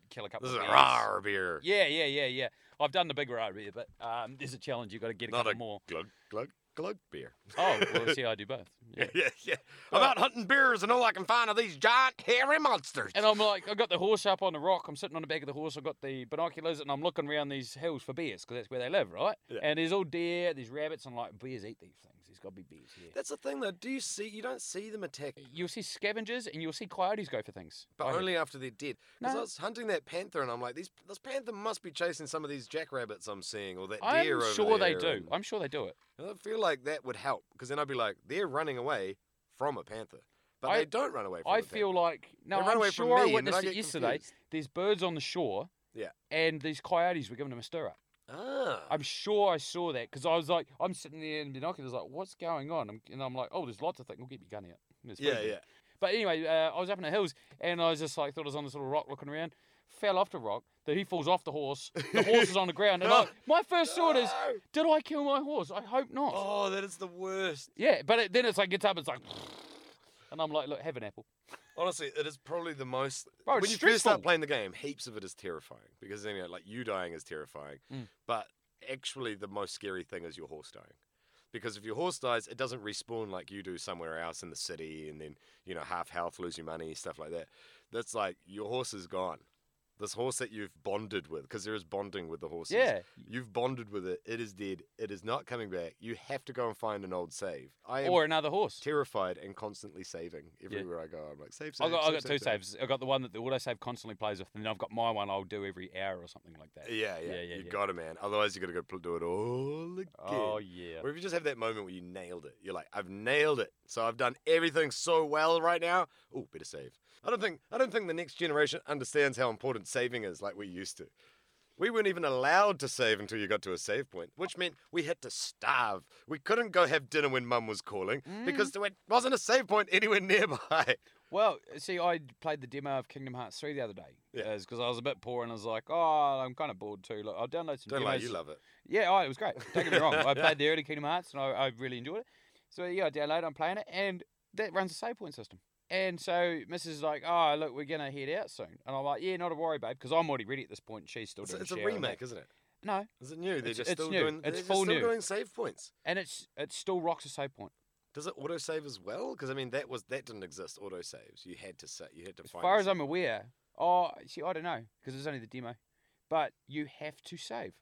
D: kill a couple
C: this is
D: of
C: a
D: beers.
C: rar beer.
D: Yeah, yeah, yeah, yeah. I've done the big road here, but um, there's a challenge you've got to get a
C: Not
D: couple
C: a-
D: more.
C: Glug, glug, glug beer.
D: Oh, well, see, I do both. Yeah.
C: Yeah, yeah. I'm out hunting beers, and all I can find are these giant, hairy monsters.
D: And I'm like, I've got the horse up on the rock. I'm sitting on the back of the horse. I've got the binoculars, and I'm looking around these hills for bears because that's where they live, right?
C: Yeah.
D: And there's all deer, there's rabbits. I'm like, bears eat these things. There's got to be bears here.
C: That's the thing, though. Do you see? You don't see them attack,
D: You'll see scavengers, and you'll see coyotes go for things.
C: but
D: I have.
C: only after they're dead. Because
D: No.
C: I was hunting that panther, and I'm like, these this panther must be chasing some of these jackrabbits I'm seeing, or that
D: I'm
C: deer. over
D: sure they
C: there,
D: do.
C: and-
D: I'm sure they do it.
C: and I feel like that would help, because then I'd be like, they're running away from a panther, but
D: I-
C: they don't run away. from
D: I
C: a
D: feel
C: panther.
D: like no,
C: They run
D: I'm
C: away from
D: sure I
C: me, and then
D: witnessed
C: I
D: it
C: get
D: yesterday.
C: confused.
D: There's birds on the shore.
C: Yeah.
D: And these coyotes were giving them a stir up.
C: Ah,
D: I'm sure I saw that because I was like, I'm sitting there in binoculars, like, what's going on? I'm, and I'm like, oh, there's lots of things. We'll get your gun out. There's
C: yeah,
D: plenty.
C: yeah.
D: But anyway, uh, I was up in the hills and I was just like, thought I was on this little rock looking around. Fell off the rock. That he falls off the horse. The horse is on the ground. And I, my first thought is,
C: No!
D: did I kill my horse? I hope not.
C: Oh, that is the worst.
D: Yeah, but it, then it's like gets up. It's like, and I'm like, look, have an apple.
C: Honestly, it is probably the most.
D: Bro,
C: when
D: Oh, it's
C: you first
D: stressful.
C: start playing the game, heaps of it is terrifying because anyway, like you dying is terrifying,
D: Mm.
C: but actually the most scary thing is your horse dying. Because if your horse dies, it doesn't respawn like you do somewhere else in the city, and then you know half health, lose your money, stuff like that. That's like your horse is gone. This horse that you've bonded with, because there is bonding with the horses.
D: Yeah.
C: You've bonded with it. It is dead. It is not coming back. You have to go and find an old save. I am
D: Or another horse.
C: terrified and constantly saving everywhere I go. I'm like save, save.
D: I've got, I've
C: save,
D: got
C: save,
D: two
C: save.
D: saves. I've got the one that the autosave constantly plays with, and then I've got my one I'll do every hour or something like that.
C: Yeah, yeah,
D: Yeah, yeah,
C: you
D: yeah.
C: got it, man. Otherwise, you got to go pl- do it all again.
D: Oh, yeah.
C: Or if you just have that moment where you nailed it, you're like, I've nailed it. So I've done everything so well right now. Oh, better save. I don't think I don't think the next generation understands how important saving is, like we used to. We weren't even allowed to save until you got to a save point, which meant we had to starve. We couldn't go have dinner when mum was calling
D: Hmm?
C: because there wasn't a save point anywhere nearby.
D: Well, see, I played the demo of Kingdom Hearts 3 the other day.
C: Yeah.
D: Because I was a bit poor and I was like, oh, I'm kind of bored too. Look, I'll download some
C: Don't lie,
D: demos.
C: you love it.
D: Yeah, oh, it was great. Don't get me wrong. I played the early Kingdom Hearts and I, I really enjoyed it. So yeah, I downloaded, I'm playing it, and that runs the save point system. And so Mrs. is like, oh, look, we're going to head out soon. And I'm like, yeah, not a worry, babe, because I'm already ready at this point. She's still
C: It's,
D: doing
C: it's a
D: share and that.
C: remake, isn't it?
D: No,
C: Is it new? They're
D: It's-
C: just
D: it's
C: still
D: new.
C: doing.
D: It's
C: they're just
D: full
C: still
D: new.
C: doing save points.
D: and it's it still rocks a save point.
C: Does it autosave as well? Because I mean, that was that didn't exist. Autosaves, you had to say, you had to
D: As
C: find.
D: far
C: the
D: as I'm
C: save.
D: aware, oh, see, I don't know because it's only the demo, but you have to save.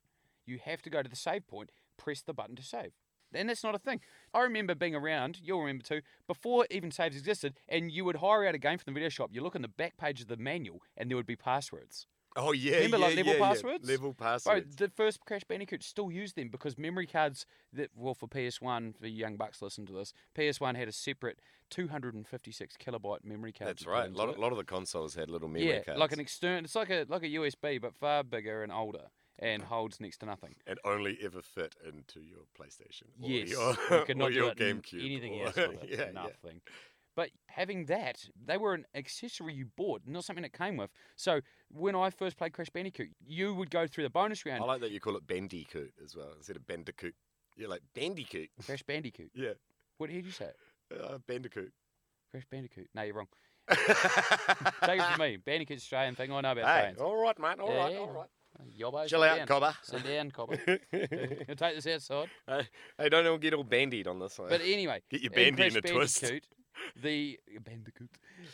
D: You have to go to the save point, press the button to save. And that's not a thing. I remember being around, you'll remember too, before even saves existed, and you would hire out a game from the video shop. You look in the back page of the manual, and there would be passwords.
C: oh yeah,
D: Remember,
C: yeah,
D: like, level
C: yeah, yeah.
D: passwords?
C: level
D: Bro,
C: passwords.
D: the first Crash Bandicoot still used them because memory cards that well for PS1 for young bucks listen to this. PS1 had a separate 256 kilobyte memory card.
C: That's
D: you put
C: right. A
D: into
C: lot,
D: it.
C: of- lot of the consoles had little memory
D: yeah,
C: cards,
D: like an external. It's like a like a USB, but far bigger and older, and holds next to nothing.
C: and only ever fit into your PlayStation. Or
D: yes,
C: your,
D: you could
C: or
D: not do
C: your
D: it in
C: GameCube.
D: anything
C: or-
D: else with it.
C: yeah, yeah.
D: nothing. But having that, they were an accessory you bought, not something it came with. So when I first played Crash Bandicoot, you would go through the bonus round.
C: I like that you call it Bandicoot as well instead of Bandicoot. You're like Bandicoot.
D: Crash Bandicoot.
C: Yeah.
D: What did you say?
C: Uh, Bandicoot.
D: Crash Bandicoot. No, you're wrong. Take it from me. Bandicoot's Australian thing. I know about
C: hey,
D: Australians.
C: all right, mate. All right,
D: Yeah.
C: all right.
D: Yobbo,
C: Chill
D: sit
C: out,
D: down.
C: Cobber.
D: Sit down, Cobber.
C: hey,
D: You'll take this outside.
C: don't all get all bandied on this one.
D: But e-, anyway,
C: get your
D: in
C: bandy in a
D: Crash
C: twist.
D: Bandicoot, the Bandicoot,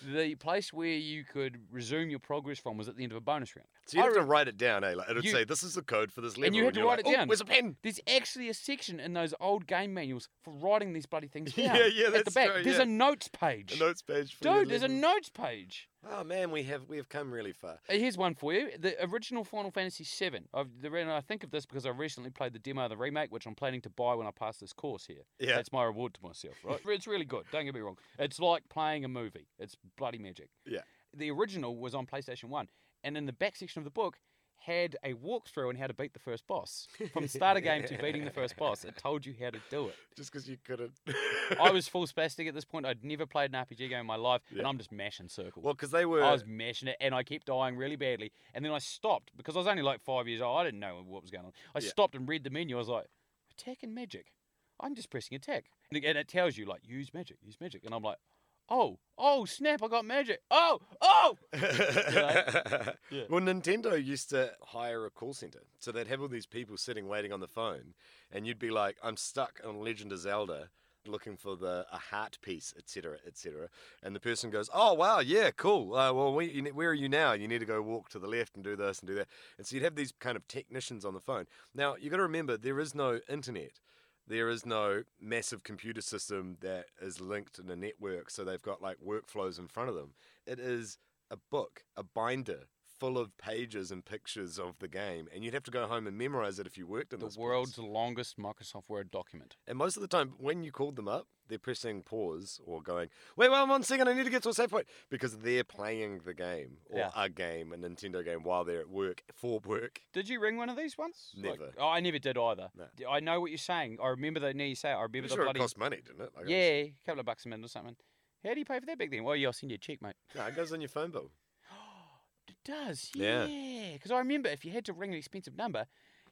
D: the place where you could resume your progress from was at the end of a bonus round.
C: So you
D: I
C: have to write it down, eh? Like, it'd
D: You-
C: say, this is the code for this level.
D: And you had to
C: you're
D: write
C: like,
D: it
C: "Oh,
D: down."
C: Where's a pen?
D: There's actually a section in those old game manuals for writing these bloody things down.
C: Yeah, yeah,
D: At the
C: that's
D: back,
C: right,
D: there's
C: yeah.
D: a notes page.
C: A notes page. For your
D: Dude, there's a
C: level.
D: notes page.
C: Oh, man, we have we have come really far.
D: Uh, Here's one for you. The original Final Fantasy VII. I've, the reason I think of this because I recently played the demo of the remake, which I'm planning to buy when I pass this course here.
C: Yeah.
D: That's my reward to myself, right? it's really good. Don't get me wrong. It's like playing a movie. It's bloody magic.
C: Yeah.
D: The original was on PlayStation One, and in the back section of the book had a walkthrough on how to beat the first boss from starter game to beating the first boss. It told you how to do it.
C: Just because you couldn't.
D: I was full spastic at this point. I'd never played an RPG game in my life, and
C: Yeah.
D: I'm just mashing circles.
C: well, because they were.
D: I was mashing it and I kept dying really badly. And then I stopped because I was only like five years old. I didn't know what was going on. I
C: Yeah.
D: stopped and read the menu. I was like, attack and magic. I'm just pressing attack. And it- and it tells you, like, use magic, use magic. And I'm like, oh, oh, snap, I got magic. Oh, oh. Yeah.
C: Well, Nintendo used to hire a call center, so they'd have all these people sitting waiting on the phone, and you'd be like, "I'm stuck on Legend of Zelda, looking for the a heart piece, etc., etc." And the person goes, "Oh wow, yeah, cool. Uh, well, we, you, ne- where are you now? You need to go walk to the left and do this and do that." And so you'd have these kind of technicians on the phone. Now you got to remember, there is no internet. There is no massive computer system that is linked in a network, so they've got like workflows in front of them. It is a book, a binder full of pages and pictures of the game, and you'd have to go home and memorize it if you worked in
D: The
C: this place.
D: world's longest Microsoft Word document.
C: And most of the time, when you called them up, they're pressing pause or going, "Wait, wait, one second, I need to get to a safe point," because they're playing the game or
D: Yeah.
C: a game, a Nintendo game, while they're at work for work.
D: Did you ring one of these ones?
C: Never.
D: oh, I never did either.
C: No.
D: D- I know what you're saying. I remember the now you say it. I remember
C: Pretty
D: the
C: sure
D: bloody
C: it cost money, didn't it? Like, it was-
D: yeah, a couple of bucks a minute or something. How do you pay for that back then? Well, yeah, I'll send you a check, mate.
C: No, it goes on your phone bill.
D: it does, yeah.
C: Yeah.
D: Because I remember if you had to ring an expensive number,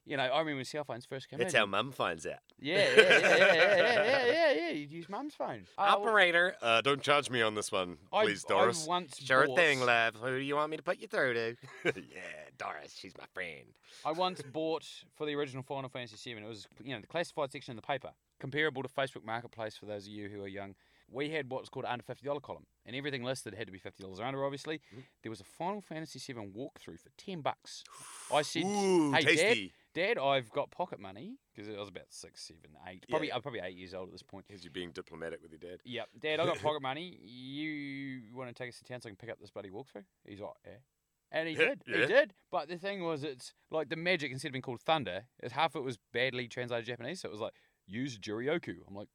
D: you know, I remember when cell phones first came
C: That's
D: in.
C: how Mum finds out.
D: yeah, yeah, yeah, yeah, yeah, yeah, yeah, yeah. You'd use mum's phone. Uh, well,
C: Operator, uh, don't charge me on this one,
D: I-
C: please, Doris.
D: I once
C: Sure
D: bought,
C: thing, love. Who do you want me to put you through to? yeah, Doris, she's my friend.
D: I once bought for the original Final Fantasy VII. It was you know the classified section of the paper, comparable to Facebook Marketplace for those of you who are young. We had what was called under fifty dollar column, and everything listed had to be fifty dollars or under. Obviously,
C: Mm-hmm.
D: there was a Final Fantasy VII walkthrough for ten bucks. I said,
C: Ooh,
D: "Hey, Dad,
C: tasty.
D: Dad, I've got pocket money because I was about six, seven, eight.
C: Yeah.
D: Probably, I'm probably eight years old at this point.
C: Here's you being diplomatic with your dad.
D: Yep, Dad, I got pocket money. You want to take us to town so I can pick up this bloody walkthrough? He's like, yeah. And he
C: Yeah,
D: did. He
C: yeah.
D: did. But the thing was, it's like the magic instead of being called thunder, it's half of it was badly translated Japanese. So it was like use Jurioku. I'm like,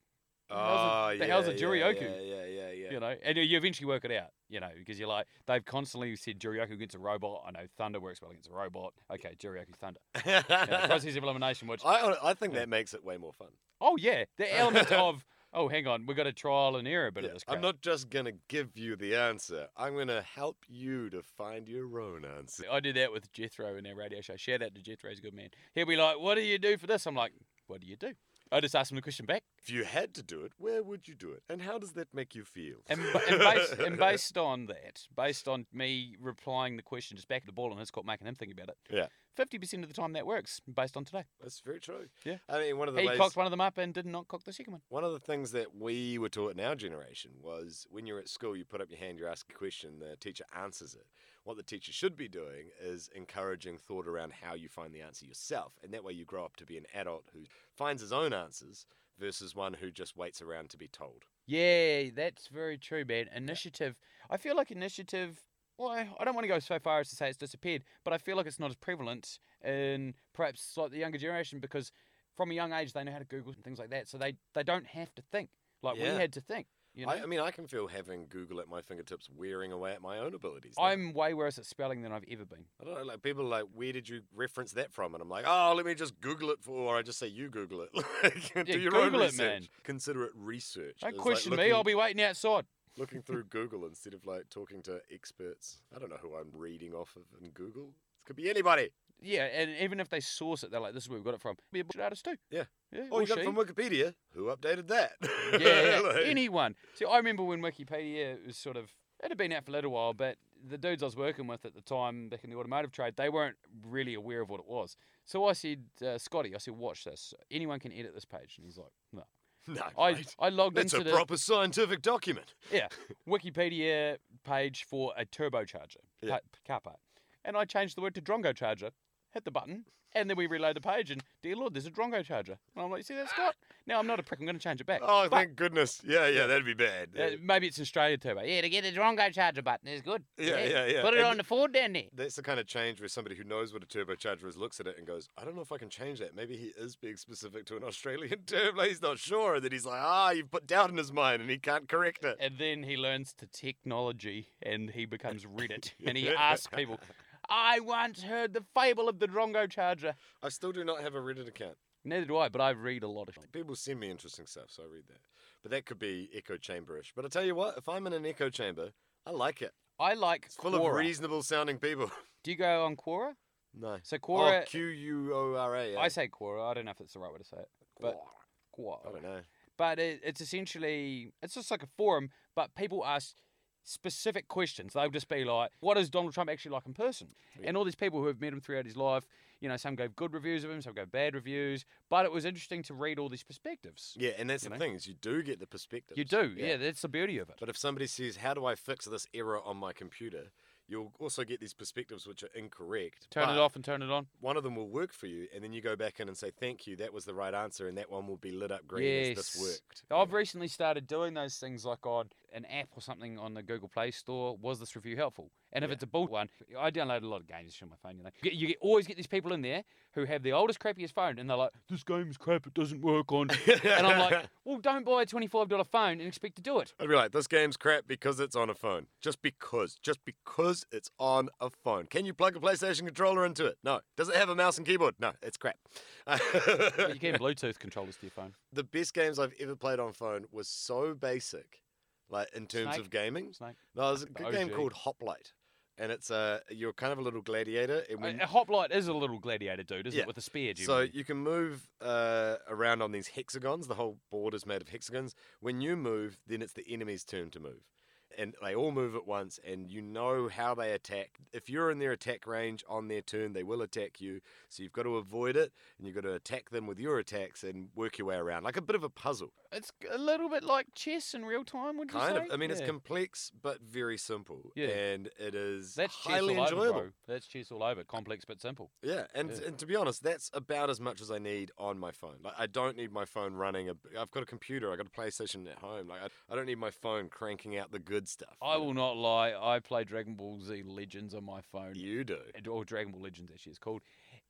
D: The hell's a-
C: Oh,
D: the hell's a
C: yeah,
D: Jurioku?
C: Yeah, yeah, yeah, yeah.
D: you know, and you- you eventually work it out, you know, because you're like they've constantly said Jurioku against a robot. I know thunder works well against a robot. Okay, Jurioku thunder. You know, the process of elimination, which
C: I, hon- I think that makes it way more fun.
D: Oh yeah, the element of oh, hang on, we got a trial and error bit
C: Yeah,
D: of this. Crap.
C: I'm not just going to give you the answer. I'm going to help you to find your own answer.
D: I did that with Jethro in our radio show. Shout out to Jethro, he's a good man. He'll be like, "What do you do for this?" I'm like, "What do you do?" I just ask him the question back,
C: If you had to do it, where would you do it? And how does that make you feel?
D: and, ba- and, based, and based on that, based on me replying the question just back at the ball and his court making him think about it.
C: Yeah.
D: fifty percent of the time that works based on today.
C: That's very true.
D: Yeah.
C: I mean, one of the
D: he
C: ways...
D: cocked one of them up and did not cock the second one.
C: One of the things that we were taught in our generation was when you're at school, you put up your hand, you ask a question, the teacher answers it. What the teacher should be doing is encouraging thought around how you find the answer yourself. And that way you grow up to be an adult who finds his own answers versus one who just waits around to be told.
D: Yeah, that's very true, man. Initiative. I feel like initiative. Well, I I don't want to go so far as to say it's disappeared, but I feel like it's not as prevalent in perhaps like the younger generation because from a young age they know how to Google and things like that, so they they don't have to think like
C: Yeah.
D: we had to think. You know,
C: I, I mean, I can feel having Google at my fingertips wearing away at my own abilities. now.
D: I'm way worse at spelling than I've ever been.
C: I don't know, like people are like, where did you reference that from? And I'm like, oh, let me just Google it for, or I just say you Google it. like, do your own
D: Google it,
C: research.
D: man.
C: Consider it research.
D: Don't
C: It's like
D: question me.
C: looking-
D: I'll be waiting outside.
C: looking through Google instead of like talking to experts. I don't know who I'm reading off of in Google. It could be anybody.
D: Yeah, and even if they source it, they're like, "This is where we got it from." Be a bullshit artist too.
C: Yeah.
D: yeah
C: Oh,
D: or
C: you got it
D: she.
C: from Wikipedia. Who updated that?
D: yeah,
C: Like-
D: anyone. See, I remember when Wikipedia was sort of it had been out for a little while, but the dudes I was working with at the time, back in the automotive trade, they weren't really aware of what it was. So I said, uh, Scotty, I said, watch this. Anyone can edit this page, and he's like, no.
C: no,
D: I,
C: mate.
D: I logged
C: That's a
D: into the
C: proper scientific document.
D: yeah Wikipedia page for a turbocharger
C: Yeah.
D: pa- car part, and I changed the word to drongo charger. Hit the button, and then we reload the page, and dear lord, there's a drongo charger. And I'm like, see that, Scott? Now I'm not a prick. I'm going to change it back.
C: Oh,
D: But-
C: thank goodness. Yeah, yeah, that'd be bad.
D: uh, maybe it's Australia turbo. Yeah, to get the Drongo charger button is good.
C: Yeah, yeah, yeah.
D: Put it
C: And
D: on the Ford down there.
C: That's the kind of change where somebody who knows what a turbocharger is looks at it and goes, I don't know if I can change that. Maybe he is being specific to an Australian term. Like he's not sure. And then he's like, ah, you've put doubt in his mind and he can't correct it.
D: And then he learns the technology and he becomes Reddit and he asks people, I once heard the fable of the Drongo charger.
C: I still do not have a Reddit account.
D: Neither do I, but I read a lot of shit.
C: People send me interesting stuff, so I read that. But that could be echo chamberish. But I tell you what, if I'm in an echo chamber, I like it.
D: I like
C: It's full of
D: Quora.
C: reasonable sounding people.
D: Do you go on Quora?
C: no.
D: So Quora,
C: oh, Q U O R A.
D: I say Quora. I don't know if it's the right way to say it. but- Quora.
C: I don't know.
D: but it, it's essentially it's just like a forum but people ask specific questions they'll just be like what is donald trump actually like in person
C: Yeah.
D: and all these people who have met him throughout his life you know some gave good reviews of him some gave bad reviews but it was interesting to read all these perspectives
C: Yeah, and that's
D: You
C: the
D: know?
C: thing is you do get the perspective.
D: you do yeah. that's the beauty of it
C: But if somebody says, "How do I fix this error on my computer?" You'll also get these perspectives which are incorrect.
D: turn
C: but
D: it off and turn it on
C: One of them will work for you, and then you go back in and say, "Thank you, that was the right answer," and that one will be lit up green as this
D: Yes.
C: worked. you
D: I've
C: know.
D: recently started doing those things like on an app or something on the Google Play Store. Was this review helpful? And if
C: Yeah.
D: it's a bull one, I download a lot of games on my phone. You know, you, you get, always get these people in there who have the oldest, crappiest phone, and they're like, "This game's crap. It doesn't work on." and I'm like, "Well, don't buy a twenty-five dollar phone and expect to do it."
C: I'd be like, "This game's crap because it's on a phone. Just because, just because it's on a phone. Can you plug a PlayStation controller into it? No. Does it have a mouse and keyboard? No. It's crap."
D: But you can Bluetooth controllers to your phone.
C: the best games I've ever played on phone was so basic, like in terms
D: Snake?
C: of gaming.
D: Snake.
C: No, there's a
D: The
C: good game
D: OG.
C: called Hoplite, and it's a you're kind of a little gladiator, and
D: A,
C: when
D: a hoplite is a little gladiator dude, isn't
C: Yeah.
D: it? With a spear, Jimmy.
C: so you can move uh, around on these hexagons. The whole board is made of hexagons. When you move, then it's the enemy's turn to move. And they all move at once, and you know how they attack. If you're in their attack range on their turn, they will attack you. So you've got to avoid it, and you've got to attack them with your attacks and work your way around, like a bit of a puzzle.
D: it's a little bit like chess in real time, would you
C: Kind
D: say?
C: of. I mean, it's
D: Yeah.
C: complex but very simple,
D: Yeah.
C: and it is
D: That's chess
C: highly
D: all
C: enjoyable.
D: Over, bro. That's chess all over. Complex but simple.
C: Yeah, and
D: Yeah.
C: and to be honest, that's about as much as I need on my phone. Like I don't need my phone running. A, I've got a computer. I got a PlayStation at home. Like I, I don't need my phone cranking out the good stuff.
D: I
C: you know?
D: will not lie. I play Dragon Ball Z Legends on my phone,
C: You do.
D: and- or Dragon Ball Legends actually it's called,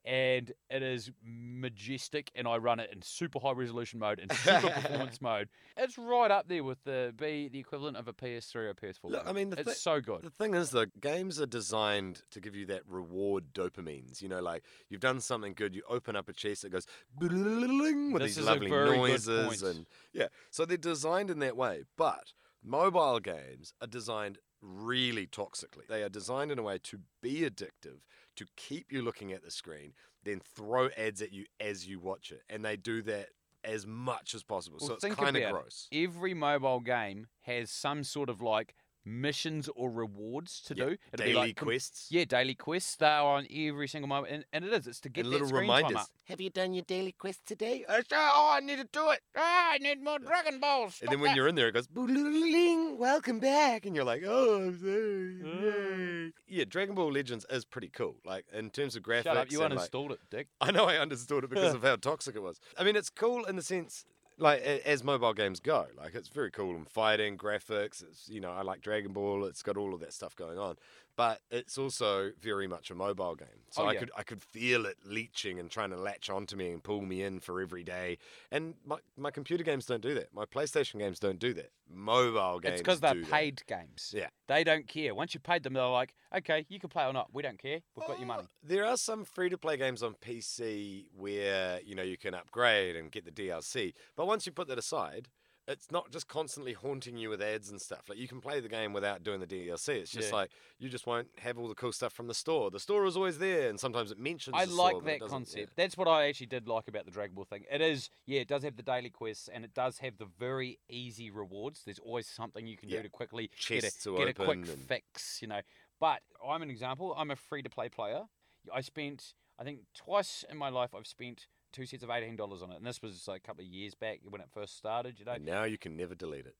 D: and it is majestic. And I run it in super high resolution mode and super performance mode. It's right up there with the be the equivalent of a PS3 or PS4.
C: Look, I
D: game.
C: mean, the
D: it's
C: thi-
D: so good.
C: The thing is, though, games are designed to give you that reward dopamines. You know, like you've done something good, you open up a chest, it goes bling with
D: This
C: these
D: is a
C: lovely
D: very good
C: noises,
D: point.
C: and yeah, so they're designed in that way. But mobile games are designed really toxically. They are designed in a way to be addictive, to keep you looking at the screen, then throw ads at you as you watch it, and they do that as much as possible.
D: Well,
C: so it's
D: think
C: kind
D: about
C: of
D: it.
C: gross.
D: Every mobile game has some sort of like missions or rewards to
C: Yeah,
D: do. It'll
C: Daily
D: be like, com-
C: quests.
D: Yeah, daily quests. They are on every single moment, and, and it is. It's to get
C: And
D: that
C: little
D: screen
C: reminders.
D: Time up.
C: Have you done your daily quest today?
D: Oh, I need to do it. Ah, I need more Dragon Balls.
C: And then when you're in there, it goes, "Boo-ling, welcome back. And you're like, oh, I'm sorry. Yay. Yeah, Dragon Ball Legends is pretty cool. Like, in terms of graphics.
D: Shut up! You
C: and, like-
D: uninstalled it, Dick.
C: I know I understood it because of how toxic it was. I mean, it's cool in the sense, like, a- as mobile games go. Like, it's very cool in fighting, graphics. It's, you know, I like Dragon Ball. It's got all of that stuff going on. But it's also very much a mobile game. So
D: Oh,
C: I
D: yeah.
C: could I could feel it leeching and trying to latch onto me and pull me in for every day. And my, my computer games don't do that. My PlayStation games don't do that. Mobile games
D: It's because they're
C: do that.
D: paid games.
C: Yeah.
D: They don't care. Once you paid them, they're like, okay, you can play or not. We don't care. We've got your money.
C: Uh, There are some free-to-play games on PC where you know you can upgrade and get the DLC, but once you put that aside, it's not just constantly haunting you with ads and stuff. Like you can play the game without doing the DLC. It's just
D: Yeah.
C: like you just won't have all the cool stuff from the store. The store is always there, and sometimes it mentions.
D: I
C: the
D: like
C: store, but it
D: that
C: Oh, doesn't- yeah.
D: concept. That's what I actually did like about the Dragon Ball thing. It is, yeah, it does have the daily quests and it does have the very easy rewards. There's always something you can
C: Yeah.
D: do to quickly
C: Chests
D: get, a,
C: to
D: get a quick
C: open and-
D: fix, you know. But I'm an example. I'm a free to play player. I spent, I think, twice in my life I've spent two sets of $18 on it. And this was like, a couple of years back when it first started, you know.
C: And now you can never delete it.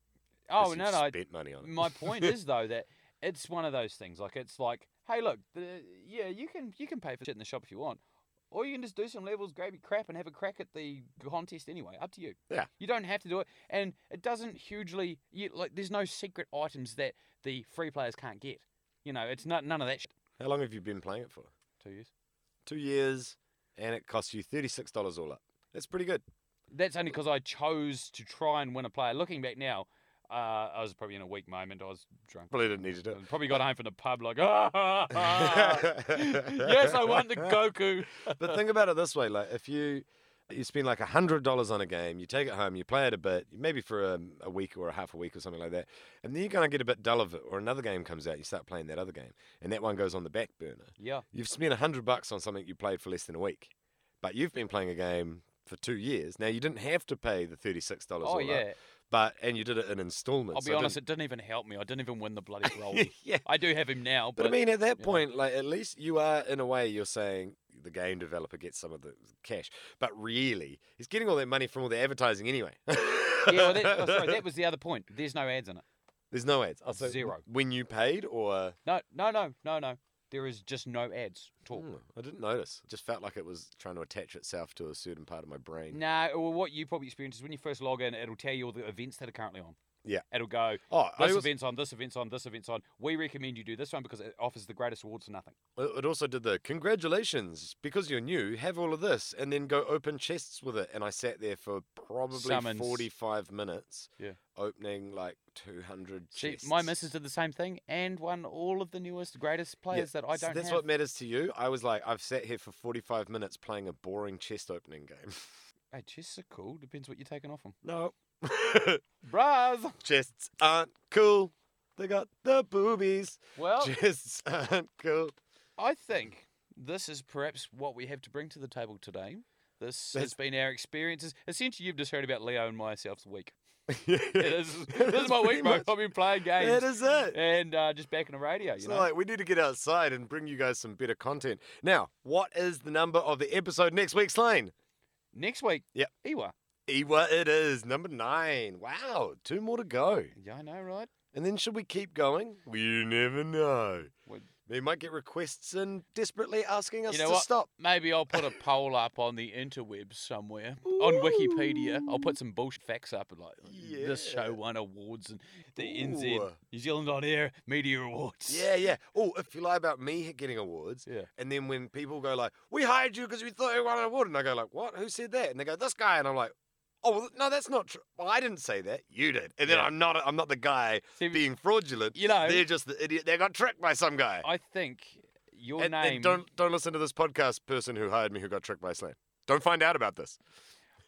C: 'cause
D: Oh,
C: you've
D: no, no. I-
C: spent money on it.
D: my point is though that it's one of those things. Like it's like, hey, look, the, yeah, you can you can pay for shit in the shop if you want, or you can just do some levels, grab your crap, and have a crack at the contest anyway. Up to you.
C: Yeah.
D: You don't have to do it, and it doesn't hugely you, like. There's no secret items that the free players can't get. You know, it's not none of that shit.
C: How long have you been playing it for?
D: Two years.
C: Two years, and it costs you thirty six dollars all up. That's pretty good.
D: That's only because I chose to try and win a player. Looking back now, uh, I was probably in a weak moment. I was drunk.
C: Probably didn't need to do it.
D: Probably got home from the pub like, ah, yes, I won the Goku.
C: but think about it this way: like if you you spend like hundred dollars on a game, you take it home, you play it a bit, maybe for a, a week or a half a week or something like that, and then you kind of get a bit dull of it, or another game comes out, you start playing that other game, and that one goes on the back burner.
D: Yeah.
C: You've spent hundred bucks on something you played for less than a week, but you've been playing a game for two years. Now you didn't have to pay the thirty six dollars.
D: Oh yeah.
C: but and you did it in installments.
D: I'll
C: so
D: be
C: it
D: honest,
C: didn't-
D: it didn't even help me. I didn't even win the bloody roll.
C: yeah,
D: I do have him now,
C: But,
D: but,
C: I mean, at that
D: you know.
C: point, like at least you are in a way you're saying the game developer gets some of the cash, but really he's getting all that money from all the advertising anyway. yeah,
D: yeah. Well, that, oh, sorry, that was the other point. There's no ads in it.
C: there's no ads. Oh, so
D: Zero.
C: when you paid or.
D: No, no, no, no, no. There is just no ads at all.
C: Hmm, I didn't notice. Just felt like it was trying to attach itself to a certain part of my brain.
D: Nah. Well, what you probably experience is when you first log in, it'll tell you all the events that are currently on.
C: Yeah.
D: It'll go.
C: Oh, I
D: This
C: also,
D: event's on. This event's on. This event's on. We recommend you do this one because it offers the greatest rewards for nothing.
C: it also did the congratulations because you're new. Have all of this, and then go open chests with it. And I sat there for probably
D: Summons.
C: 45 minutes,
D: Yeah.
C: opening like 200
D: See,
C: chests.
D: my missus did the same thing and won all of the newest, greatest
C: Yeah,
D: players that I
C: so
D: don't
C: that's
D: have.
C: what matters to you. I was like, I've sat here for 45 minutes playing a boring chest opening game.
D: hey, chests are cool. Depends what you're taking off them.
C: No.
D: Bruv.
C: Chests aren't cool. They got the boobies.
D: Well,
C: Chests aren't cool.
D: I think this is perhaps what we have to bring to the table today. This has
C: That's-
D: been our experiences. Essentially, you've just heard about Leo and myself's week. Yeah,
C: it
D: this, is, this is my week, bro. I've been playing
C: That
D: games
C: is it.
D: and uh, just back in the radio. You
C: So,
D: know,
C: like, we need to get outside and bring you guys some better content. Now, what is the number of the episode next week, Slane?
D: next week,
C: Yep.
D: Ewa.
C: Ewa, it is number nine. Wow, two more to go.
D: Yeah, I know, right?
C: And then should we keep going? We never know.
D: Well-
C: They might get requests and desperately asking us
D: know
C: to
D: what?
C: stop.
D: Maybe I'll put a poll up on the interwebs somewhere on Wikipedia. I'll put some bullshit facts up like this
C: Yeah.
D: show won awards and the NZ
C: Ooh.
D: New Zealand on Air Media Awards.
C: Yeah, yeah. Oh, if you lie about me getting awards,
D: Yeah.
C: and then when people go like, "We hired you because we thought you won an award," and I go like, "What? Who said that?" And they go, "This guy," and I'm like, "Oh, well, no, that's not true. Well, I didn't say that. You did." And then
D: Yeah.
C: I'm not. I'm not the guy
D: See,
C: being fraudulent.
D: you know,
C: They're just the idiot. They got tricked by some guy.
D: I think your
C: and,
D: name.
C: and don't don't listen to this podcast person who hired me who got tricked by Slam. Don't find out about this.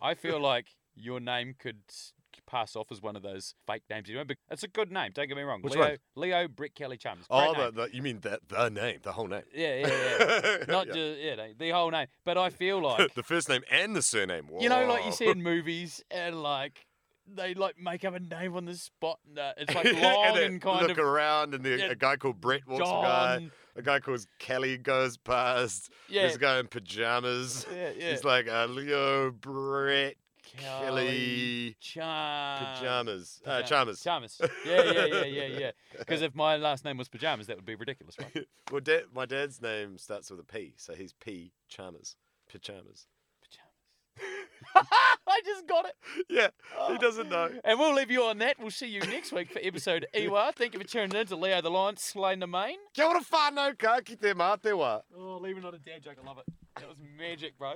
D: I feel like your name could s- pass off as one of those fake names. You know, but it's a good name. Don't get me wrong.
C: Which
D: Leo,
C: one?
D: Leo Brick Kelly Chums.
C: Oh,
D: Great name.
C: the, the, you mean the the name, the whole name?
D: yeah, yeah, yeah. Not
C: Yeah.
D: just yeah, the- the whole name. But I feel like
C: the first name and the surname.
D: you know, like
C: Whoa.
D: you see in movies and like they like make up a name on the spot. And, uh, it's like
C: And
D: long
C: they
D: and, kind
C: look
D: of
C: around, and the,
D: Yeah.
C: a guy called Brett walks
D: John.
C: by. A guy called Kelly goes past.
D: yeah,
C: There's a guy in pajamas.
D: yeah, yeah.
C: He's like uh, Leo Brett Kelly
D: Chums.
C: pajamas. Uh,
D: Pajam-
C: Chalmers.
D: Chalmers. Yeah, yeah, yeah, yeah, yeah. Because if my last name was pajamas, that would be ridiculous, right?
C: Well, da- my dad's name starts with a P, so he's P Chalmers. Pajamas.
D: I just got it. Oh.
C: Yeah, he doesn't know.
D: And we'll leave you on that. We'll see you next week for episode EWA. Thank you for tuning in to Leo the Lion, Slay the Main.
C: Kia ora whānau, ka kite mātewa.
D: Oh, leaving on a dad joke. I love it. That was magic, bro.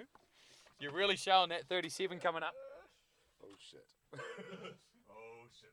D: You're really showing that 37 coming up.
C: Oh, shit. oh, shit.